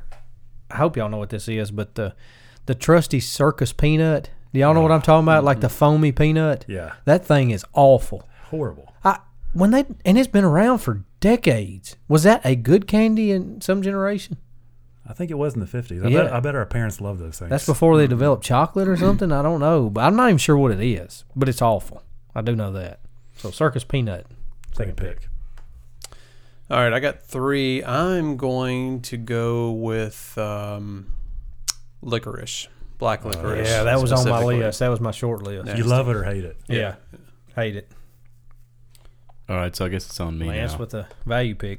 D: I hope y'all know what this is, but the the trusty circus peanut. Do y'all know what I'm talking about? Like the foamy peanut.
A: Yeah.
D: That thing is awful.
A: Horrible.
D: I when they and it's been around for decades. Was that a good candy in some generation?
A: I think it was in the 50s. I, bet,
D: Yeah.
A: I bet our parents love those things.
D: That's before they developed chocolate or something. I don't know, but I'm not even sure what it is. But it's awful. I do know that. So circus peanut.
A: Second pick.
B: All right, I got three. I'm going to go with um, licorice, black licorice.
D: Oh, Yeah, that was on my
B: specifically.
D: list. That was my short list.
A: You love it or hate it.
D: Yeah. Hate it.
E: All right, so I guess it's on me
D: Lance
E: now.
D: with the value pick.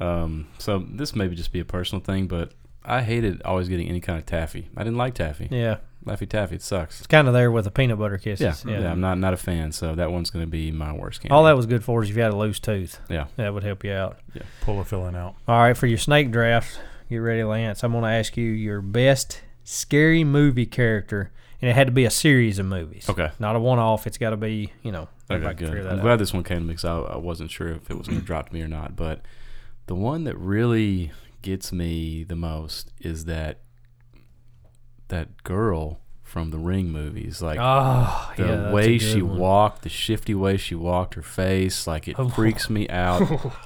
E: um, so this may be just be a personal thing, but I hated always getting any kind of taffy. I didn't like taffy.
D: Yeah.
E: Laffy taffy, it sucks.
D: It's kind of there with the peanut butter
E: Yeah,
D: kisses.
E: yeah, I'm not not a fan. So that one's going to be my worst candy.
D: All that was good for is if you had a loose tooth.
E: Yeah.
D: That would help you out.
A: Pull a filling out.
D: All right, for your snake draft, get ready, Lance. I'm going to ask you your best scary movie character, and it had to be a series of movies.
E: Okay.
D: Not a one off. It's got to be, you know,
E: Okay,
D: everybody can
E: good.
D: figure
E: I'm
D: that
E: glad
D: out.
E: this one came because I, I wasn't sure if it was going to drop to me or not. But the one that really gets me the most is that that girl from the Ring movies. Like
D: Oh,
E: the
D: yeah, that's a
E: way
D: good
E: she
D: one. Oh.
E: walked, the shifty way she walked, her face, like it freaks me out.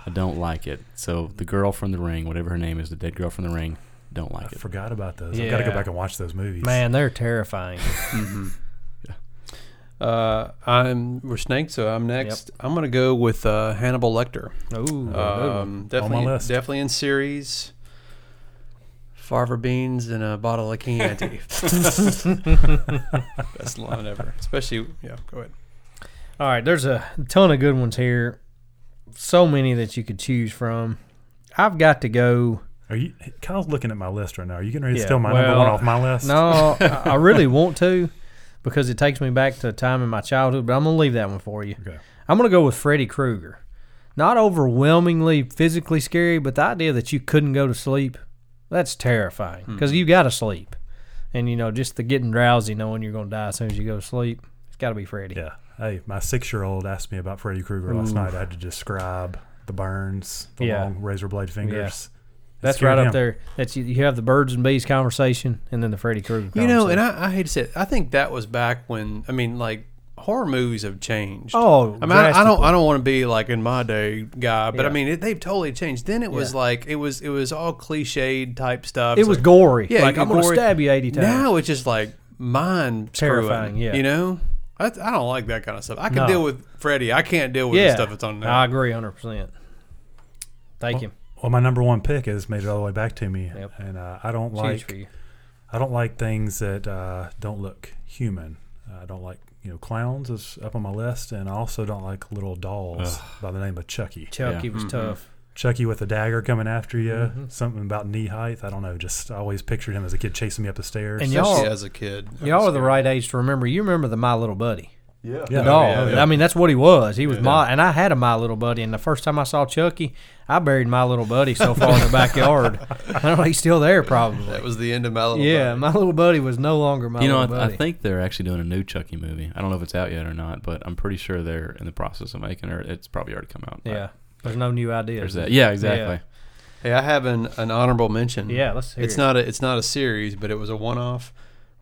E: I don't like it. So the girl from the Ring, whatever her name is, the dead girl from the Ring, don't
A: I
E: like it.
A: forgot about those. I've got to go
D: Yeah.
A: back and watch those movies.
D: Man, they're terrifying.
B: Uh, I'm we're snaked, so I'm next. I'm gonna go with uh, Hannibal Lecter.
D: Ooh.
B: Um,
A: On
B: definitely,
A: my list.
B: definitely in series. Farver beans and a bottle of candy. Best line ever. Especially, yeah. Go ahead.
D: All right, there's a ton of good ones here. So many that you could choose from. I've got to go.
A: Are you? Kyle's looking at my list right now. Are you going to
D: Yeah,
A: steal my number
D: well,
A: one off my list?
D: No, I I really want to because it takes me back to a time in my childhood, but I'm going to leave that one for you.
A: Okay.
D: I'm going to go with Freddy Krueger. Not overwhelmingly physically scary, but the idea that you couldn't go to sleep, that's terrifying because you got to sleep. And, you know, just the getting drowsy knowing you're going to die as soon as you go to sleep, it's got to be Freddy.
A: Yeah. Hey, my six-year-old asked me about Freddy Krueger last night. I had to describe the burns, the
D: Yeah.
A: long razor blade fingers. It
D: That's
A: scared
D: right
A: him.
D: up there. That's you, you have the birds and bees conversation, and then the Freddy Krueger.
B: You know, and
D: conversation.
B: I, I hate to say it, I think that was back when I mean, like horror movies have changed.
D: Oh,
B: I mean, I, I don't,
D: drastically.
B: I don't want to be like in my day guy, but I
D: Yeah.
B: mean, it, they've totally changed. Then it was
D: Yeah.
B: like it was, it was all cliched type stuff.
D: it
B: It's
D: was
B: like,
D: gory.
B: Yeah,
D: like
B: you
D: I'm going to
B: gory-
D: stab you 80 times.
B: Now it's just like mind terrifying.
D: Terrifying, yeah.
B: you know, I, I don't like that kind of stuff. I can
D: No.
B: deal with Freddy. I can't deal with
D: yeah,
B: the stuff that's on
D: I
B: now.
D: agree 100. percent Thank you.
A: Well, my number one pick has made it all the way back to me,
D: Yep.
A: and uh, I don't
D: It's huge for
A: like
D: you.
A: I don't like things that uh, don't look human. I don't like you know clowns is up on my list, and I also don't like little dolls by the name of Chucky.
D: Chucky was tough.
A: Chucky with a dagger coming after you.
D: Mm-hmm.
A: Something about knee height. I don't know. Just I always pictured him as a kid chasing me up the stairs.
D: And
B: Especially
D: y'all,
B: as a kid,
D: y'all are the right age to remember. You remember the My Little Buddy.
I: Yeah.
A: Oh, Yeah.
D: dog.
B: yeah, yeah.
D: I mean, that's what he was. He was my, and I had a my little buddy. And the first time I saw Chucky, I buried my little buddy so far in the backyard. I don't know. He's still there, probably.
I: That was the end of my little
D: Yeah,
I: buddy.
D: my little buddy was no longer my
E: You know,
D: little
E: I, I
D: buddy.
E: think they're actually doing a new Chucky movie. I don't know if it's out yet or not, but I'm pretty sure they're in the process of making her. It's probably already come out.
D: yeah, there's no new
E: There's
D: ideas.
E: that. Yeah, exactly.
B: Hey, I have an, an honorable mention.
D: Yeah, let's hear
B: it's
D: it.
B: not a it's not a series, but it was a one off.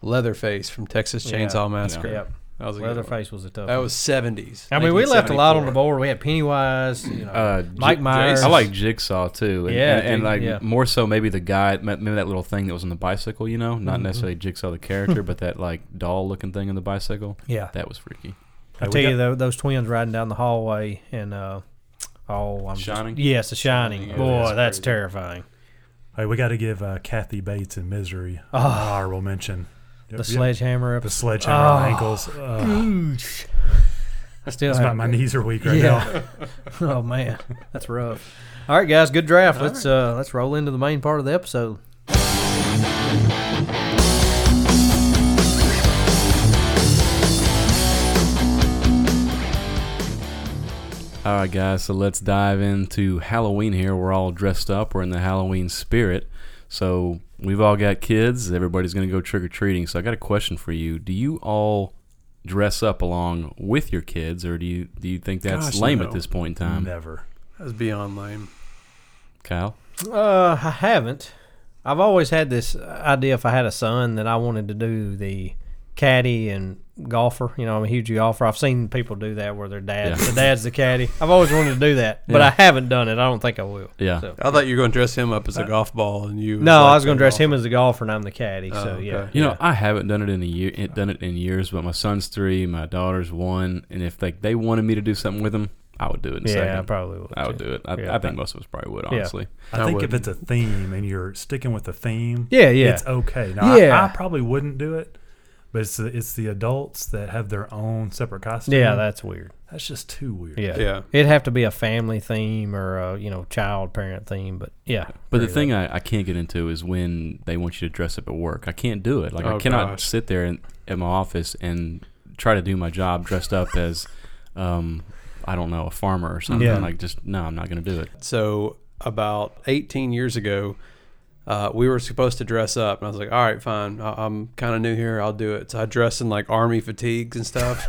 B: Leatherface from Texas
D: Yeah.
B: Chainsaw Massacre.
D: Yep.
B: That was a good one.
D: Leatherface was a tough.
B: That
D: one.
B: was seventies.
D: I mean, we left a lot on the board. We had Pennywise, you know,
E: Uh, J-
D: Mike Myers.
E: I like Jigsaw too. And,
D: Yeah,
E: and, and
D: dude,
E: like
D: yeah.
E: more so maybe the guy, ma- maybe that little thing that was on the bicycle. You know,
D: Mm-hmm.
E: not necessarily Jigsaw the character, but that like doll looking thing on the bicycle.
D: Yeah.
E: that was freaky.
D: I tell you, tho- those twins riding down the hallway and uh, oh, I'm just-
E: Shining?
D: yes, The Shining.
E: Shining, yeah,
D: Boy,
E: that's
D: that's, terrifying.
A: Hey, we got to give uh, Kathy Bates in Misery an honorable mention.
D: Ah. The sledgehammer.
A: the sledgehammer on
D: Oh.
A: ankles. Uh,
D: Oosh. I still
A: it's
D: have.
A: about my knees are weak right now.
D: yeah. oh man, that's rough. All right, guys, good draft. let's uh, let's roll into the main part of the episode.
E: All right, guys, so let's dive into Halloween here. We're all dressed up, we're in the Halloween spirit. So, we've all got kids, everybody's going to go trick or treating. So, I got a question for you. Do you all dress up along with your kids or do you do you think that's
B: Gosh,
E: lame
B: no.
E: at this point in
B: Um,
E: time?
A: Never.
B: That was beyond lame.
E: Kyle?
D: Uh, I haven't. I've always had this idea if I had a son that I wanted to do the caddy and golfer. You know, I'm a huge golfer. I've seen people do that where their dad,
E: Yeah.
D: the dad's the caddy. I've always wanted to do that, but
E: Yeah.
D: I haven't done it. I don't think I will.
E: Yeah.
D: So-
B: I thought you were going to dress him up as a golf ball, and you.
D: No,
B: like
D: I was going
B: a
D: to dress
B: golfer.
D: him as the golfer and I'm the caddy.
E: Oh,
D: so
B: okay.
D: yeah.
E: You know, I haven't done it in a year. it- Done it in years, but my son's three, my daughter's one, and if like they wanted me to do something with them, I would do it. In a
D: Yeah,
E: second.
D: I probably would,
E: I would
D: too.
E: do it. I,
D: Yeah.
E: I think most of us probably would,
D: Yeah.
E: honestly.
A: I, think if it's a theme and you're sticking with the theme,
D: Yeah, yeah.
A: it's okay. Now,
D: Yeah.
A: I, I probably wouldn't do it, but it's the, it's the adults that have their own separate costume.
D: Yeah, that's weird.
A: that's just too weird.
D: Yeah.
B: Yeah.
D: It'd have to be a family theme or a, you know, child parent theme, but yeah.
E: But the thing I, I can't get into is when they want you to dress up at work. I can't do it. Like I
B: Oh,
E: cannot
B: gosh.
E: sit there in, in my office and try to do my job dressed up as, um, I don't know, a farmer or something.
D: Yeah.
E: Like just no, I'm not going to do it.
B: So about 18 years ago, uh, we were supposed to dress up, and I was like, "All right, fine. I- I'm kind of new here. I'll do it." So I dressed in like army fatigues and stuff.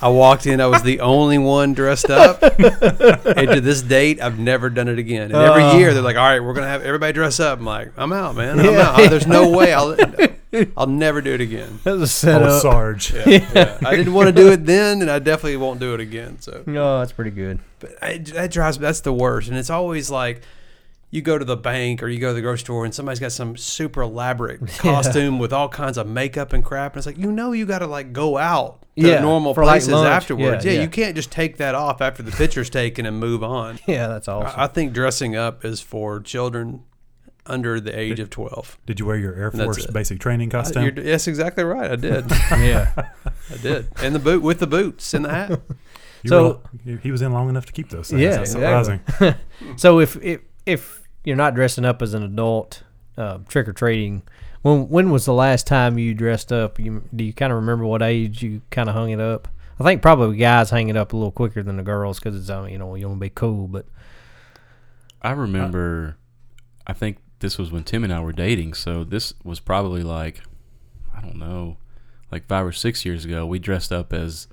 B: I walked in. I was the only one dressed up, and to this date, I've never done it again. And every year, they're like, "All right, we're gonna have everybody dress up." I'm like, "I'm out, man. I'm out. There's no way. I'll I'll never do it again."
D: That was a
A: Oh,
D: setup.
A: Sarge.
B: Yeah. I didn't want to do it then, and I definitely won't do it again. So
D: No, Oh, that's pretty good.
B: but I, that drives that's the worst and it's always like you go to the bank or you go to the grocery store and somebody's got some super elaborate costume with all kinds of makeup and crap and it's like you know you got to like go out to
D: Yeah,
B: normal
D: for, like,
B: places
D: lunch.
B: afterwards
D: Yeah,
B: yeah,
D: yeah.
B: you can't just take that off after the picture's taken and move on
D: Yeah, that's awesome.
B: I, I think dressing up is for children under the age of 12
A: Did you wear your Air
B: That's
A: Force
B: it.
A: basic training
D: Uh,
A: costume?
B: You're, that's exactly right i did
D: yeah.
B: i did and the boot with the boots and the hat
A: You
D: So-
A: were- he was in long enough to keep those things.
D: Yeah,
A: That's
D: exactly.
A: surprising.
D: So if if if you're not dressing up as an adult, uh, trick or treating, when when was the last time you dressed up? You do you kind of remember what age you kind of hung it up? I think probably guys hang it up a little quicker than the girls because it's uh, you know you want to be cool, but
E: I remember, I think this was when Tim and I were dating. So this was probably like, I don't know, like five or six years ago. We dressed up as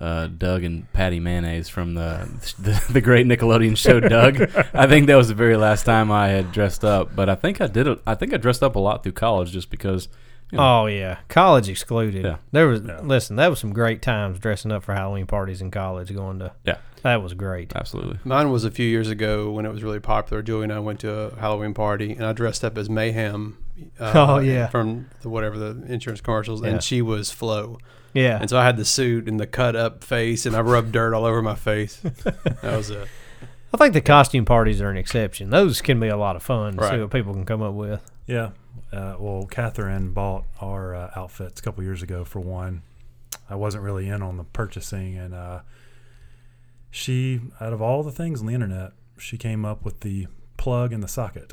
E: uh, Doug and Patty Mayonnaise from the, the the great Nickelodeon show Doug. I think that was the very last time I had dressed up. But I think I did. A, I think I dressed up a lot through college just because. you know,
D: oh yeah, college excluded.
E: Yeah.
D: There was listen, that was some great times dressing up for Halloween parties in college. Going to
E: Yeah,
D: that was great.
E: absolutely.
B: Mine was a few years ago when it was really popular. Julie and I went to a Halloween party, and I dressed up as Mayhem. uh,
D: Oh, yeah.
B: from the, whatever the insurance commercials,
D: Yeah.
B: and she was Flo,
D: Yeah,
B: and so I had the suit and the cut up face, and I rubbed dirt all over my face. That was it.
D: I think the costume parties are an exception. Those can be a lot of fun to see
B: Right.
D: what people can come up with.
A: Yeah. Uh, well, Catherine bought our uh, outfits a couple years ago for one. I wasn't really in on the purchasing, and uh, she, out of all the things on the internet, she came up with the plug and the socket.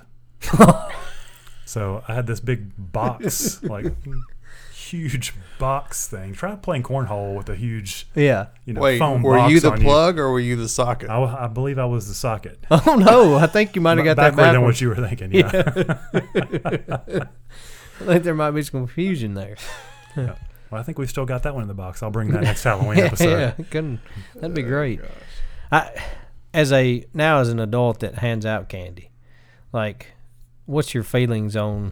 A: so I had this big box, like huge box thing. Try playing cornhole with a huge,
D: Yeah.
A: you know,
I: Wait,
A: foam
I: were
A: box
I: you the
A: on
I: plug or were you the socket?
A: I, w- I believe I was the socket.
D: Oh no, I think you might have got that
A: Backward than
D: backwards.
A: what you were thinking. Yeah.
D: I think there might be some confusion there.
A: Well, I think we've still got that one in the box. I'll bring that next Halloween episode.
D: yeah, couldn't, that'd
B: Oh,
D: be great. I, as a now as an adult that hands out candy, like, what's your feelings on?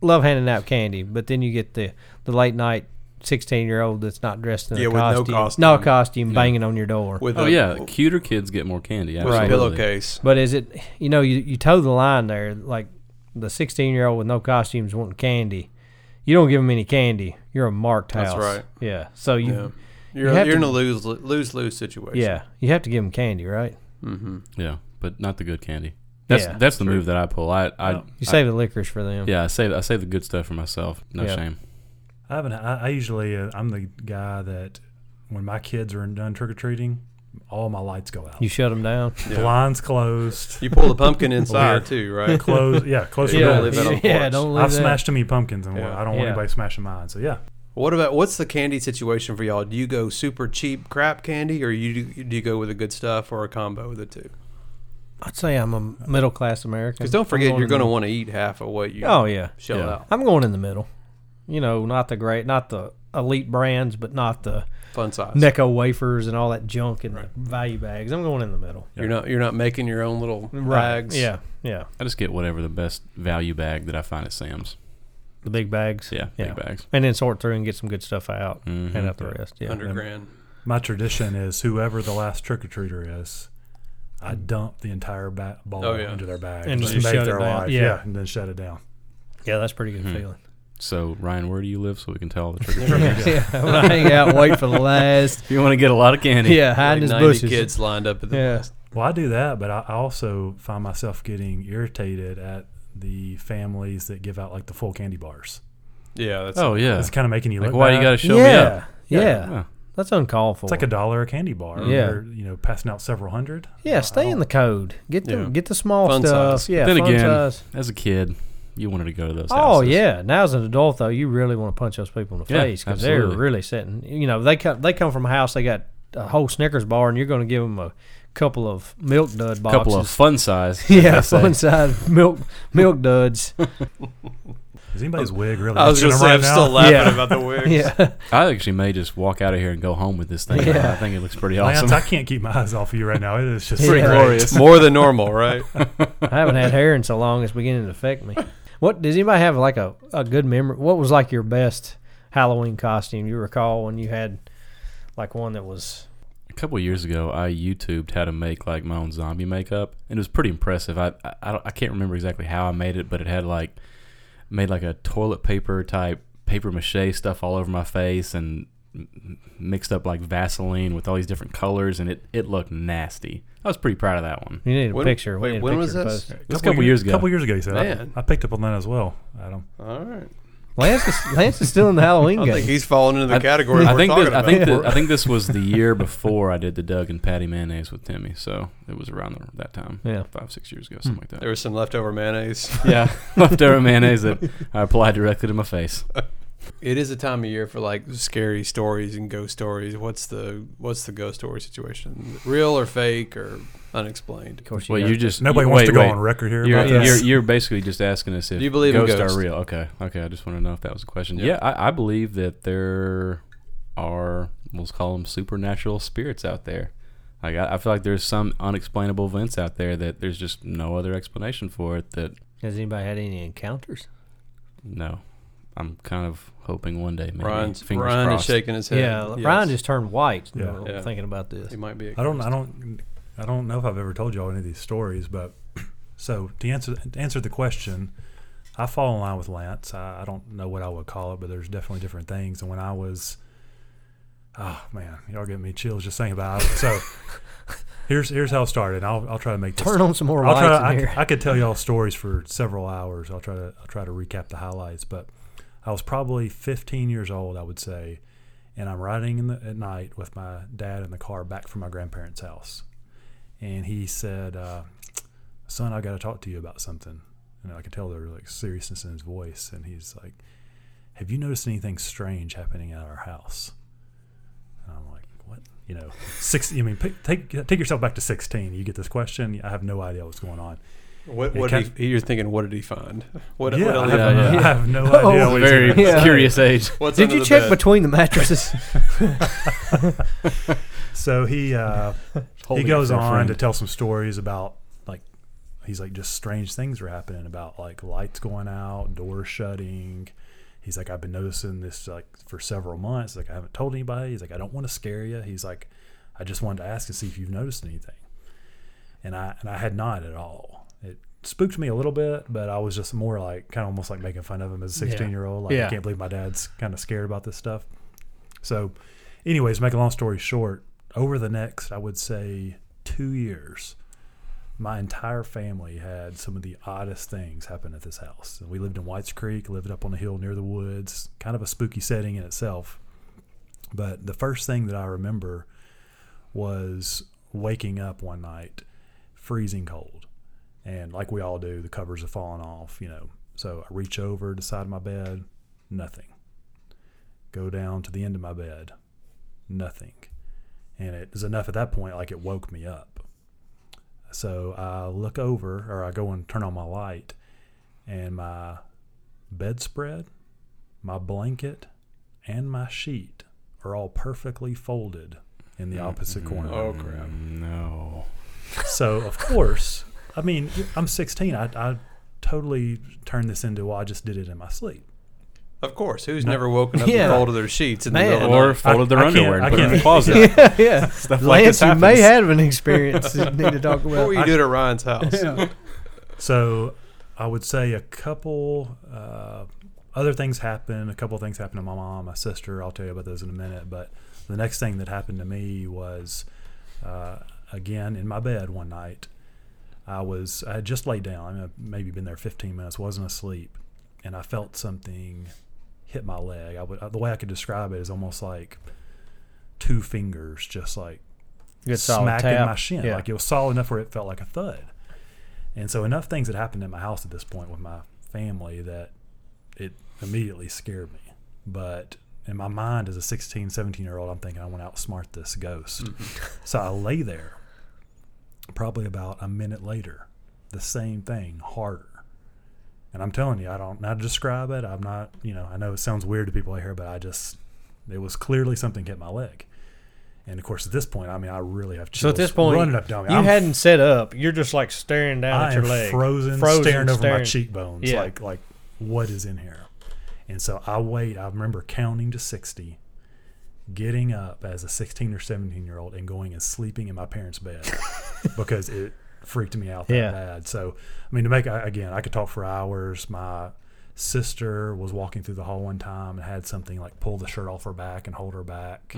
D: Love handing out candy, but then you get the the late night sixteen year old that's not dressed in
B: Yeah,
D: a
B: with no
D: costume,
B: costume.
D: no costume, banging on your door.
B: with
E: Oh
B: a,
E: yeah,
B: with
E: cuter kids get more candy.
B: a
E: absolutely.
B: pillowcase.
D: But is it you know you you toe the line there like the sixteen year old with no costumes wanting candy, you don't give them any candy. You're a marked
B: That's
D: house.
B: right.
D: Yeah. So you
B: Yeah.
D: You
B: You're,
D: have
B: you're
D: to-
B: in a lose lose lose situation.
D: yeah you have to give them candy, right?
E: Yeah, but not the good candy. That's
D: Yeah.
E: that's the move that I pull. I I,
D: You
E: I-
D: save the licorice for them.
E: yeah I save I save the good stuff for myself. No
D: Yeah.
E: shame.
A: I haven't. I, I usually uh, I'm the guy that when my kids are done trick or treating, all my lights go out.
D: You shut them down.
A: Blinds closed.
B: You pull the pumpkin inside too, right?
A: Close. Yeah. Close
B: You
A: your
B: don't
A: door.
B: live that on
D: yeah,
B: porch.
D: don't leave
A: I've
D: that.
A: smashed too many pumpkins, and
B: Yeah.
A: I don't want
D: Yeah.
A: anybody smashing mine. So yeah,
B: What about what's the candy situation for y'all? Do you go super cheap crap candy, or you do, do you go with the good stuff, or a combo of the two?
D: I'd say I'm a middle class American.
B: Because don't forget,
D: I'm
B: you're
D: in the
B: going to want to eat half of what you.
D: middle. Oh yeah,
B: shell
E: Yeah.
B: out.
D: I'm going in the middle. You know, not the great, not the elite brands, but not the
B: Fun size.
D: Necco wafers and all that junk and the value bags. I'm going in the middle.
B: You're not you're not making your own little bags.
D: Yeah, yeah.
E: I just get whatever the best value bag that I find at Sam's.
D: The big bags.
E: Yeah, big bags.
D: And then sort through and get some good stuff out
B: Mm-hmm.
D: and out the rest. Yeah.
B: Hundred grand.
A: my tradition is whoever the last trick or treater is, I dump the entire ba- ball
B: Oh, yeah.
A: into their bag
D: And
A: just
D: just
A: make
D: shut
A: their
D: it down.
A: life.
D: Yeah.
A: and then shut it down.
D: Yeah, that's pretty
B: Mm-hmm.
D: good feeling.
E: So Ryan, where do you live so we can tell all the trick or treaters?
D: yeah. When I hang out, wait for the last.
E: if you want to get a lot of candy,
D: Yeah, hide
B: Like
D: in his
B: Ninety
D: bushes.
B: kids lined up at the
D: Yeah.
B: best.
A: Well, I do that, but I I also find myself getting irritated at the families that give out like the full candy bars.
B: Yeah, that's
E: Oh yeah.
A: It's kind of making you
E: Like
A: look.
E: why
A: bad.
E: you got to show me up?
D: yeah. yeah.
E: Yeah.
D: That's uncalled for.
A: It's like a dollar a candy bar.
E: Mm.
D: Yeah.
A: They're, you know, passing out several hundred.
D: yeah, stay in the code. Get the
B: Yeah.
D: get the small
B: Fun
D: stuff.
B: size.
D: Yeah,
E: then
D: fun
E: again,
D: size.
E: as a kid, you wanted to go to those.
D: Oh
E: houses.
D: yeah. Now as an adult though, you really want to punch those people in the
E: Yeah,
D: face because they're
E: absolutely.
D: really sitting. You know, they come they come from a house they got a whole Snickers bar, and you're going to give them a couple of milk dud
E: a
D: boxes.
E: couple of fun size.
D: yeah,
E: I say.
D: fun size milk milk duds.
A: Is anybody's wig really?
B: I was
A: itching
B: gonna say
A: right
B: I'm
A: now?
B: still laughing
D: Yeah.
B: about the wigs.
D: yeah,
E: I actually may just walk out of here and go home with this thing.
D: Yeah.
E: I think it looks pretty
A: Lance,
E: awesome.
A: I can't keep my eyes off of you right now. It is just
D: Pretty
A: great.
E: glorious.
B: More than normal, right?
D: I haven't had hair in so long; it's beginning to affect me. What does anybody have like a, a good memory? What was like your best Halloween costume you recall when you had like one that was
E: a couple years ago, I YouTubed how to make like my own zombie makeup, and it was pretty impressive. I I, I, don't, I can't remember exactly how I made it, but it had like made like a toilet paper type paper mache stuff all over my face and m- mixed up like Vaseline with all these different colors, and it it looked nasty. I was pretty proud of that one.
D: you need a
B: When-
D: picture?
B: wait,
D: we need a
B: when
D: picture
B: was
D: to
B: this?
D: post.
E: That's a couple years ago.
A: A couple years ago, you said.
B: Man.
A: I, I picked up on that as well, Adam.
B: All right.
D: Lance is, Lance is still in the Halloween
B: I
D: game.
B: think he's falling into the
E: I-
B: category.
E: I
B: we're
E: think
B: talking
E: this, I
B: about.
E: think that, I think this was the year before I did the Doug and Patty mayonnaise with Timmy, so it was around the, that time,
D: Yeah.
E: five six years ago, something like that.
B: there was some leftover mayonnaise.
E: yeah, leftover mayonnaise that I applied directly to my face.
A: Oh,
B: It is a time of year for like scary stories and ghost stories. What's the what's the ghost story situation? Real or fake or unexplained?
D: of course, you
E: Well,
D: got
E: you're just
A: Nobody
E: you-
A: wants
E: wait,
A: to go
E: wait.
A: on record here
E: You're,
A: about
D: yeah.
A: this.
E: you're you're basically just asking us if
B: Do you believe in
E: ghosts,
B: ghosts?
E: are real. Okay, okay. I just want to know if that was a question.
B: Yeah.
E: Yeah, I, I believe that there are let's call them supernatural spirits out there. Like I, I feel like there's some unexplainable events out there that there's just no other explanation for it. That
D: Has anybody had any encounters?
E: no, I'm kind of hoping one day maybe.
B: Ryan's,
E: Fingers
B: Ryan
E: crossed.
B: is shaking his head.
D: Yeah,
B: Yes.
D: Ryan just turned white
A: Yeah.
D: uh,
B: Yeah.
D: thinking about this.
B: He might be. a
A: I don't.
B: ghost.
A: I don't. I don't know if I've ever told y'all any of these stories, but so to answer to answer the question, I fall in line with Lance. I, I don't know what I would call it, but there's definitely different things. And when I was, oh man, y'all getting me chills just saying about it. So here's here's how it started. I'll I'll try to make this
D: Turn on some more
A: I'll
D: lights
A: try to,
D: in
A: I,
D: here.
A: c- I could tell y'all stories for several hours. I'll try to I'll try to recap the highlights, but I was probably 15 years old, I would say, and I'm riding in the, at night with my dad in the car back from my grandparents' house, and he said, uh, "Son, I got to talk to you about something." And I could tell there was like seriousness in his voice, and he's like, have you noticed anything strange happening at our house? And I'm like, what? You know, six. I mean, pick, take take yourself back to 16. You get this question. I have no idea what's going on.
B: What,
A: It
B: what
A: kind-
B: did he, you're thinking? What did he find? What,
A: yeah,
B: what
A: I,
B: else-
A: have,
E: yeah,
A: I
E: yeah.
A: have no
D: Oh,
A: idea. what he's
E: Very
A: gonna-
D: Yeah.
E: curious age.
B: what's
D: Did
B: under
D: you
B: the
D: check
B: bed?
D: between the mattresses?
A: So he uh, he
E: Holding it
A: goes
E: for a
A: on
E: friend.
A: to tell some stories about like he's like just strange things were happening about like lights going out, doors shutting. He's like, I've been noticing this like for several months. Like I haven't told anybody. He's like, I don't want to scare you. He's like, I just wanted to ask and see if you've noticed anything. And I and I had not at all. It spooked me a little bit, but I was just more like kind of almost like making fun of him as a
D: Yeah.
A: sixteen year old. Like
D: Yeah.
A: I can't believe my dad's kind of scared about this stuff. So, anyways, make a long story short, over the next, I would say, two years, my entire family had some of the oddest things happen at this house. We lived in Whites Creek, lived up on a hill near the woods, kind of a spooky setting in itself. But the first thing that I remember was waking up one night freezing cold. And like we all do, the covers have fallen off, you know. So I reach over to the side of my bed, nothing. Go down to the end of my bed, nothing. And it was enough at that point, like it woke me up. So I look over, or I go and turn on my light, and my bedspread, my blanket, and my sheet are all perfectly folded in
E: Mm-hmm.
A: the opposite corner
B: Oh crap!
E: No.
A: so of course, I mean, I'm 16. I, I totally turned this into well, I just did it in my sleep.
B: Of course, who's never woken up
D: Yeah.
B: and folded their sheets in
D: Man.
B: the middle of the
E: Or
B: night?
E: folded their
A: I can't-
E: underwear
A: I
E: and put it in
A: can't-
E: the closet.
D: yeah, yeah.
E: like
D: Lance,
E: this
D: you may
E: happens.
D: have an experience you need to talk
B: What
D: about.
B: were you doing at Ryan's house?
A: So I would say a couple uh, other things happened. A couple things happened to my mom, my sister. I'll tell you about those in a minute. But the next thing that happened to me was uh, again in my bed one night. I was I had just laid down. I mean, I'd maybe been there 15 minutes, wasn't asleep, and I felt something hit my leg. I would uh, the way I could describe it is almost like two fingers just like
D: Good solid
A: smacking
D: tap.
A: my shin.
D: Yeah.
A: Like it was solid enough where it felt like a thud. And so enough things had happened at my house at this point with my family that it immediately scared me. But in my mind as a 16, 17 year old, I'm thinking I want to outsmart this ghost.
D: Mm-hmm.
A: so I lay there. Probably about a minute later, the same thing, harder. And I'm telling you, I don't know how to describe it. I'm not, you know, I know it sounds weird to people out here, but I just, it was clearly something hit my leg. And of course, at this point, I mean, I really have chills
D: so at this point,
A: running up down me.
D: you
A: I'm
D: hadn't set up. You're just like staring down
A: I
D: at your
A: am
D: leg,
A: frozen, staring over my cheekbones,
D: Yeah.
A: like like what is in here. And so I wait. I remember counting to sixty, getting up as a sixteen or seventeen year old, and going and sleeping in my parents' bed because it freaked me out that
D: Yeah.
A: bad. So I mean, to make I- again, I could talk for hours. My sister was walking through the hall one time and had something like pull the shirt off her back and hold her back.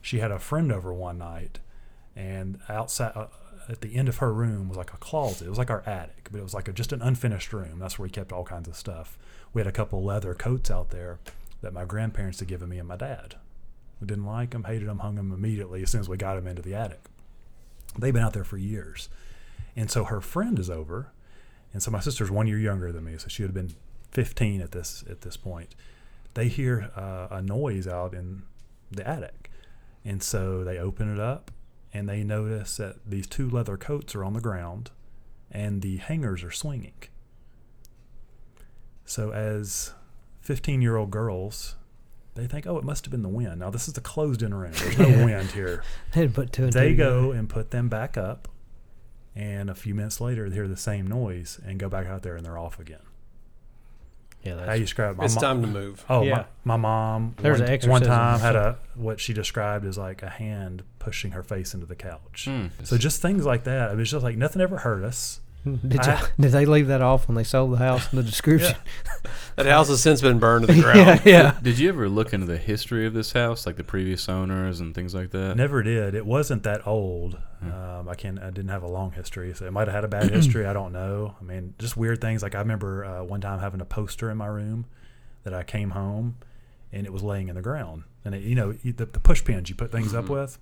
A: She had a friend over one night and outside uh, at the end of her room was like a closet. It was like our attic, but it was like a, just an unfinished room. That's where we kept all kinds of stuff. We had a couple leather coats out there that my grandparents had given me and my dad. We didn't like them, hated them, hung them immediately as soon as we got them into the attic. They've been out there for years, and so her friend is over, and so my sister's one year younger than me, so she would have been 15 at this at this point. They hear uh, a noise out in the attic, and so they open it up and they notice that these two leather coats are on the ground and the hangers are swinging. So, as 15 year old girls, they think, oh, it must have been the wind. Now, this is the closed in room, there's no wind here.
D: They put two and
A: They
D: two
A: go and put them back up, and a few minutes later, they hear the same noise and go back out there and they're off again.
D: together. Yeah,
A: How
D: that's,
A: you describe my
B: It's
A: mo-
B: time to move.
A: Oh,
D: Yeah.
A: my, my mom. one,
D: There's an
A: one
D: exorcism
A: time
D: or
A: had a what she described as like a hand pushing her face into the couch.
B: Hmm.
E: Hmm.
A: So just things like that. I mean, it's just like nothing ever hurt us.
D: did,
A: I-
D: y'all- did they leave that off when they sold the house in the description?
B: That house has since been burned to the ground.
D: yeah, yeah.
E: Did you ever look into the history of this house, like the previous owners and things like that?
A: Never did. It wasn't that old. Um, I can not I didn't have a long history, so it might have had a bad history. I don't know. I mean, just weird things. Like I remember uh, one time having a poster in my room that I came home and it was laying in the ground. And it, you know you- the, the push pins you put things up with,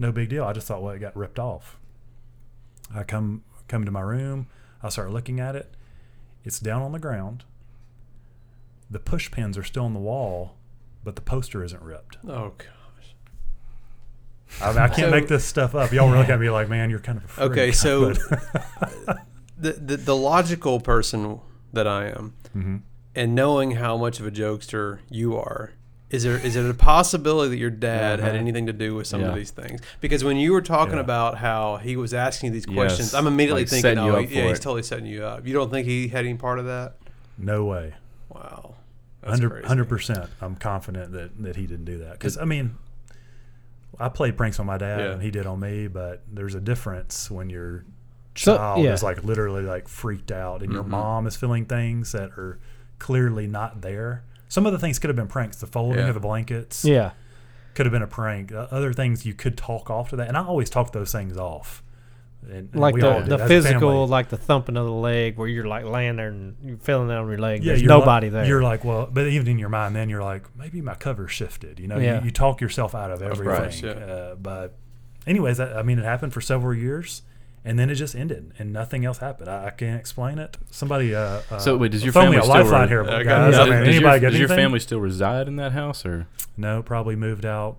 A: no big deal. I just thought, well, it got ripped off. I come come to my room. I start looking at it. It's down on the ground. the push pins are still on the wall, but the poster isn't ripped.
B: Oh gosh.
A: I, mean, I can't
B: So-
A: make this stuff up. Y'all were looking at me like, man, you're kind of a freak.
B: Okay, so-
A: But-
B: The, the the logical person that I am,
E: Mm-hmm.
B: and knowing how much of a jokester you are, is there is it a possibility that your dad had anything to do with some of
E: Uh-huh. Yeah.
B: these things? Because when you were talking
A: Yeah.
B: about how he was asking you these questions,
E: Yes,
B: I'm immediately
E: like
B: thinking,
E: setting you
B: oh,
E: up
B: yeah,
E: for
B: he's
E: it.
B: totally setting you up. You don't think he had any part of that?
A: no way.
B: Wow. That's crazy.
A: 100 percent. I'm confident that that he didn't do that because I mean, I played pranks on my dad
B: Yeah.
A: and he did on me, but there's a difference when your
D: So-
A: child
D: yeah.
A: is like literally like freaked out and your
B: Mm-hmm.
A: mom is feeling things that are clearly not there. Some of the things could have been pranks. The folding
B: Yeah.
A: of the blankets
D: Yeah.
A: could have been a prank. Uh, Other things you could talk off to that, and I always talk those things off. And, and
D: Like
A: we all do.
D: the, the
A: As a
D: physical,
A: family.
D: like the thumping of the leg where you're like laying there and you're feeling it on your leg. There's
A: you're like-
D: nobody there.
A: You're like, well, but even in your mind, then you're like, maybe my cover shifted. You know,
D: Yeah.
A: you, you talk yourself out of everything.
B: course, yeah.
A: uh, but, anyways, that, I mean, it happened for several years, and then it just ended, and nothing else happened. I, I can't explain it. Somebody, uh, uh,
E: So, wait, does your
A: phone me
E: family
A: a
E: still
A: lifeline
E: re-
A: here,
B: Okay.
A: guys?
B: Yeah.
A: I
E: Does-
A: mean,
E: does
A: anybody
E: your,
A: got
E: does your
A: anything?
E: family still reside in that house, or
A: No, probably moved out.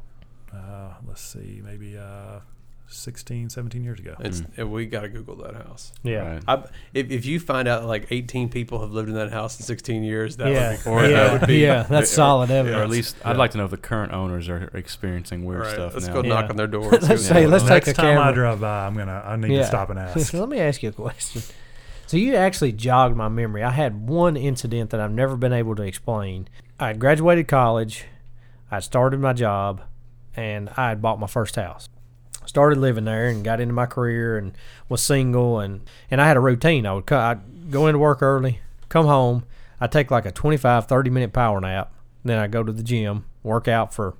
A: Uh, let's see, maybe uh, 16, 17 years ago.
B: It's
E: Mm.
B: we gotta Google that house.
D: yeah.
E: Right.
B: I, if, if you find out like 18 people have lived in that house in 16 years, that
D: yeah.
B: would be
E: or
B: that
D: yeah.
B: would be-
D: yeah. That's solid evidence.
E: or at least I'd like to know if the current owners are experiencing weird
B: Right,
E: stuff
B: let's
E: now.
B: go
D: Yeah.
B: knock on their door.
D: Let's say- let's take
A: Next
D: a
A: time I
D: camera.
A: drive by, I'm gonna. I need to stop and ask.
D: Let me ask you a question. So you actually jogged my memory. I had one incident that I've never been able to explain. I had graduated college, I started my job, and I had bought my first house. Started living there and got into my career and was single and and I had a routine. I would co- I'd go into work early, come home, I take like a 25 30 minute power nap, then I go to the gym, work out for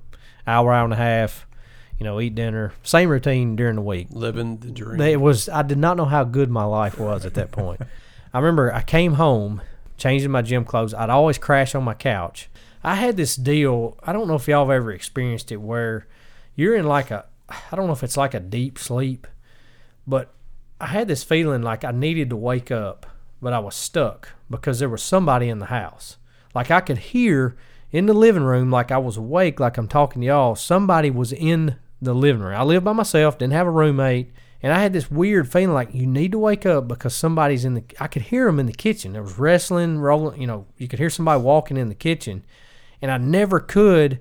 D: hour hour and a half, you know, eat dinner, same routine during the week.
B: living the dream.
D: It was. I did not know how good my life was at that point. I remember I came home, changing my gym clothes. I'd always crash on my couch. I had this deal. I don't know if y'all have ever experienced it, where you're in like a. I don't know if it's like a deep sleep, but I had this feeling like I needed to wake up, but I was stuck because there was somebody in the house. Like I could hear in the living room, like I was awake, like I'm talking to y'all, somebody was in the living room. I lived by myself, didn't have a roommate, and I had this weird feeling like you need to wake up because somebody's in the. I could hear them in the kitchen. There was wrestling, rolling. You know, you could hear somebody walking in the kitchen, and I never could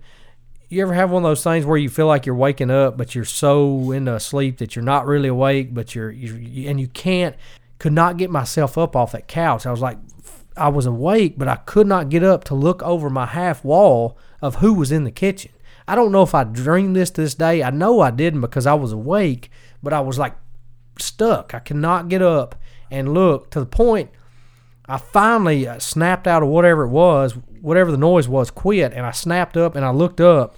D: you ever have one of those things where you feel like you're waking up, but you're so into a sleep that you're not really awake, but you're, you and you can't, could not get myself up off that couch. I was like, I was awake, but I could not get up to look over my half wall of who was in the kitchen. I don't know if I dreamed this to this day. I know I didn't because I was awake, but I was like stuck. I could not get up and look to the point I finally uh, snapped out of whatever it was, whatever the noise was, quit, and I snapped up and I looked up.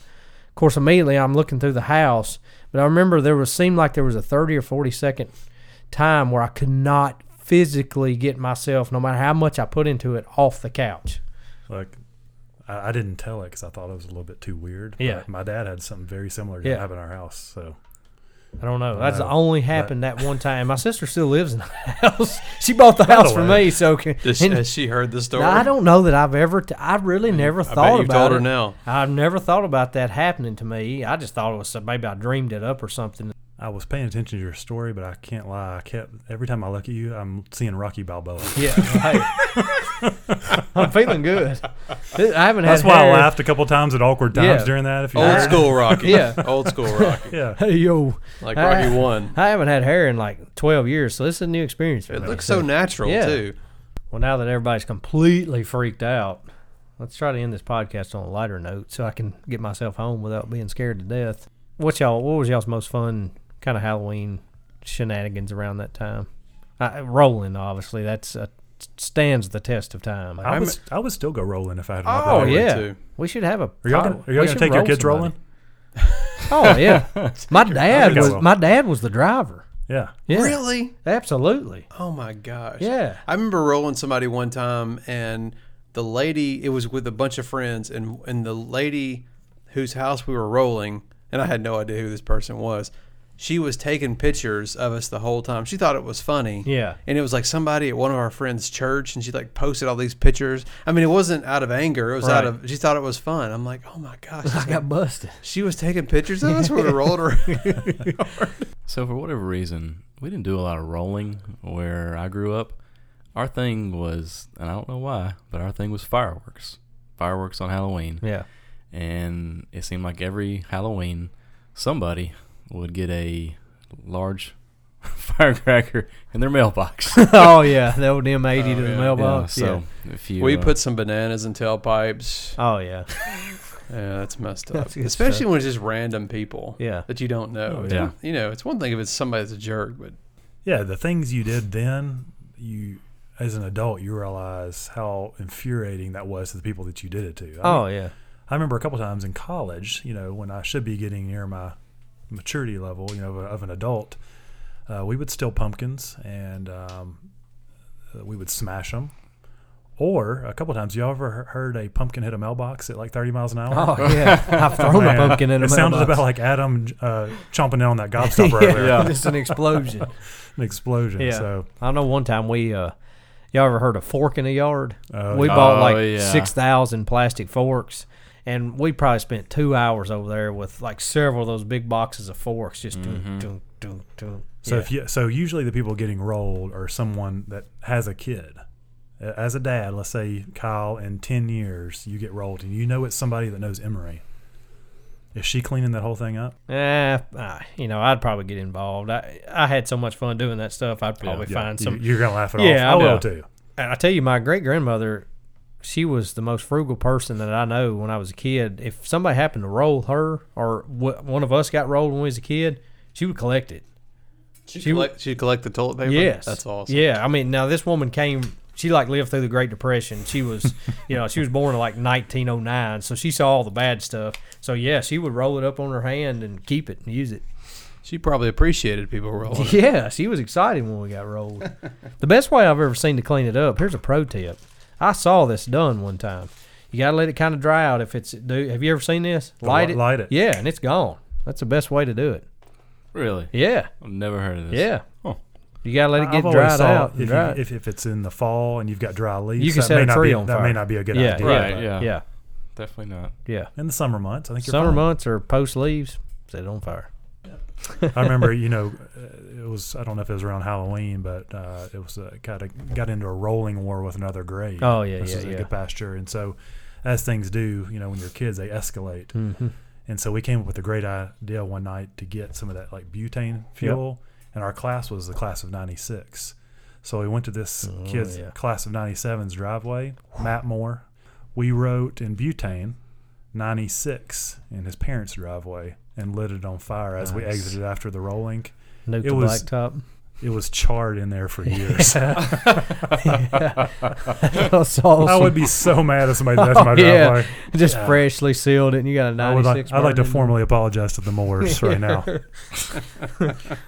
D: Of course, immediately I'm looking through the house, but I remember there was seemed like there was a 30 or 40 second time where I could not physically get myself, no matter how much I put into it, off the couch.
A: like I, I didn't tell it because I thought it was a little bit too weird. but
D: Yeah.
A: my dad had something very similar to
D: Yeah.
A: have in our house. So
D: I don't know. That's
A: know,
D: only happened that one time. My sister still lives in the house. She bought the house for
A: way-
D: me, so can,
B: Does she,
D: and-
B: has she heard the story?
D: I don't know that I've ever. T- I really never
B: bet
D: thought
B: you
D: about
B: told her
D: it.
B: now.
D: I've never thought about that happening to me. I just thought it was some- maybe I dreamed it up or something.
A: I was paying attention to your story, but I can't lie. I kept every time I look at you, I'm seeing Rocky Balboa.
D: Yeah, I'm feeling good. I haven't
A: That's
D: had.
A: why I
D: hair-
A: laughed a couple times at awkward times
D: Yeah.
A: during that. If you
B: Old
A: heard.
B: school Rocky.
D: Yeah.
B: Old school Rocky.
A: yeah.
D: Hey yo,
B: Like Rocky
D: I-
B: One.
D: I haven't had hair in like 12 years, so this is a new experience for
B: It
D: me.
B: looks so natural
D: Yeah.
B: too.
D: Well, now that everybody's completely freaked out, let's try to end this podcast on a lighter note so I can get myself home without being scared to death. What y'all? What was y'all's most fun kind of Halloween shenanigans around that time? Uh, rolling, obviously, that's a, stands the test of time.
A: I was I would still go rolling if I had. another
B: Oh,
A: way.
B: yeah.
D: yeah,
B: too.
D: we should have a.
A: Are y'all gonna, are y'all
D: we
A: gonna
D: should
A: take your
D: roll
A: kids rolling?
D: somebody. Oh yeah, my dad
A: think I
D: was
A: will.
D: my dad was the driver.
A: Yeah.
D: Yeah,
B: Really?
D: absolutely.
B: Oh my gosh.
D: Yeah.
B: I remember rolling somebody one time and the lady it was with a bunch of friends and and the lady whose house we were rolling and I had no idea who this person was. she was taking pictures of us the whole time. She thought it was funny.
D: Yeah.
B: And it was like somebody at one of our friends' church, and she like posted all these pictures. I mean, it wasn't out of anger. It was out
D: Right.
B: of she thought it was fun. I'm like, oh my gosh,
D: I got busted.
B: she was taking pictures of us. We were rolling around.
E: So for whatever reason, we didn't do a lot of rolling where I grew up. Our thing was, and I don't know why, but our thing was fireworks. Fireworks on Halloween.
D: Yeah.
E: And it seemed like every Halloween, somebody would get a large firecracker in their mailbox.
D: oh yeah, the old M80 to
A: Oh,
D: the mailbox.
E: Yeah,
D: Yeah.
E: so if you
B: we
E: uh,
B: put some bananas in tailpipes.
D: Oh yeah.
B: Yeah, that's messed up.
D: That's good
B: Especially when it's just random people.
D: Yeah. Oh,
B: That you don't know.
E: yeah.
B: It's- You know, it's one thing if it's somebody that's a jerk, but
A: yeah, the things you did then, you as an adult, you realize how infuriating that was to the people that you did it to. I,
D: Oh yeah.
A: I remember a couple times in college, you know, when I should be getting near my maturity level, you know, of, a, of an adult, uh, we would steal pumpkins and um, uh, we would smash them. Or a couple times, y'all ever he- heard a pumpkin hit a mailbox at like 30 miles an hour?
D: Oh yeah. I've thrown a
A: Oh, Man,
D: Oh, pumpkin in a
A: It sounded
D: mailbox.
A: about like Adam uh, chomping down on that gobstopper over there.
D: yeah, just an explosion.
A: An explosion.
D: Yeah.
A: So
D: I know one time we uh y'all ever heard of fork in a yard?
A: Oh,
D: we
A: yeah.
D: bought like
E: Oh, yeah.
D: six thousand plastic forks and we probably spent two hours over there with like several of those big boxes of forks just doom, doom, doom, doom.
A: So
D: Yeah.
A: if you so usually the people getting rolled are someone that has a kid. A- As a dad, let's say Kyle, in ten years you get rolled, and you know it's somebody that knows Emery. Is she cleaning that whole thing up?
D: Eh, I- you know, I'd probably get involved. I I had so much fun doing that stuff. I'd probably
A: Yeah.
D: find
A: You-
D: some.
A: You're gonna laugh it
D: Yeah,
A: off. I
D: I
A: will
D: know.
A: too.
D: And I tell you, my great grandmother, she was the most frugal person that I know when I was a kid. If somebody happened to roll her or w- one of us got rolled when we was a kid, she would collect it.
B: she'd,
D: She-
B: collect, she'd collect the toilet paper.
D: Yes,
B: That's awesome.
D: Yeah, I mean, now this woman came. She like lived through the Great Depression. She was, you know, she was born in like 1909, so she saw all the bad stuff. So yeah, she would roll it up on her hand and keep it and use it.
B: She probably appreciated people rolling. it.
D: Yeah, she was excited when we got rolled. the best way I've ever seen to clean it up. Here's a pro tip. I saw this done one time. You gotta let it kind of dry out. If it's, do have you ever seen this? Light
A: li-
D: it.
A: light it.
D: Yeah, and it's gone. That's the best way to do it.
E: really,
D: Yeah,
E: I've never heard of this.
D: yeah.
E: Huh.
D: You gotta let it get
A: I've always
D: dried
A: thought
D: out. and
A: If, you-
D: dry it.
A: if, if it's in the fall and you've got dry leaves,
D: You can
A: that
D: set
A: may
D: a
A: not
D: tree
A: be,
D: on
A: that
D: fire.
A: may not be a good
D: Yeah,
A: idea.
E: right,
A: but
E: yeah,
D: yeah,
E: definitely not.
D: yeah.
A: In the summer months, I think you're
D: Summer
A: fine.
D: months or post leaves, set it on fire.
A: I remember, you know, uh, it was I don't know if it was around Halloween, but uh, it was uh, kind of got into a rolling war with another grade.
D: Oh, yeah,
A: this
D: yeah,
A: is a
D: yeah.
A: good pasture, and so as things do, you know, when you're kids, they escalate.
D: Mm-hmm.
A: And so we came up with a great idea one night to get some of that like butane fuel, and our class was the class of '96. So we went to this kid's
D: Oh, yeah.
A: class of '97's driveway, Matt Moore. We wrote in butane 96 in his parents' driveway and lit it on fire as we
D: Nice.
A: exited after the rolling.
D: Nuke
A: It
D: the
A: was-
D: blacktop.
A: It was charred in there for years.
D: That's awesome.
A: I would be so mad if somebody left
D: Oh,
A: my
D: yeah.
A: driveway.
D: just freshly sealed it, and you got a
A: I would like,
D: ninety-six.
A: I'd like to
D: burning.
A: formally apologize to the Moors right now.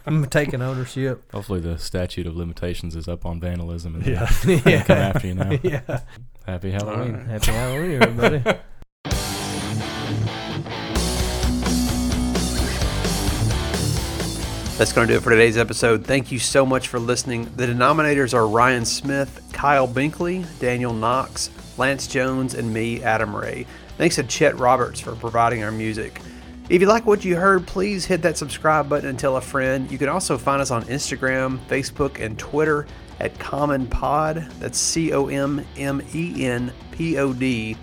D: I'm taking ownership.
E: Hopefully, the statute of limitations is up on vandalism and
A: Yeah.
E: they come after you now.
D: yeah.
E: Happy Halloween.
D: Happy Halloween, everybody.
B: That's going to do it for today's episode. Thank you so much for listening. The denominators are Ryan Smith, Kyle Binkley, Daniel Knox, Lance Jones, and me, Adam Ray. Thanks to Chet Roberts for providing our music. If you like what you heard, please hit that subscribe button and tell a friend. You can also find us on Instagram, Facebook, and Twitter at Common Pod. That's C O M M E N P O D.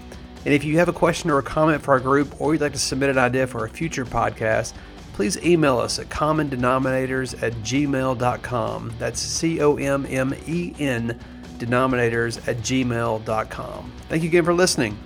B: And if you have a question or a comment for our group, or you'd like to submit an idea for a future podcast, please email us at commondenominators at gmail.com. That's C O M M E N denominators at gmail.com. Thank you again for listening.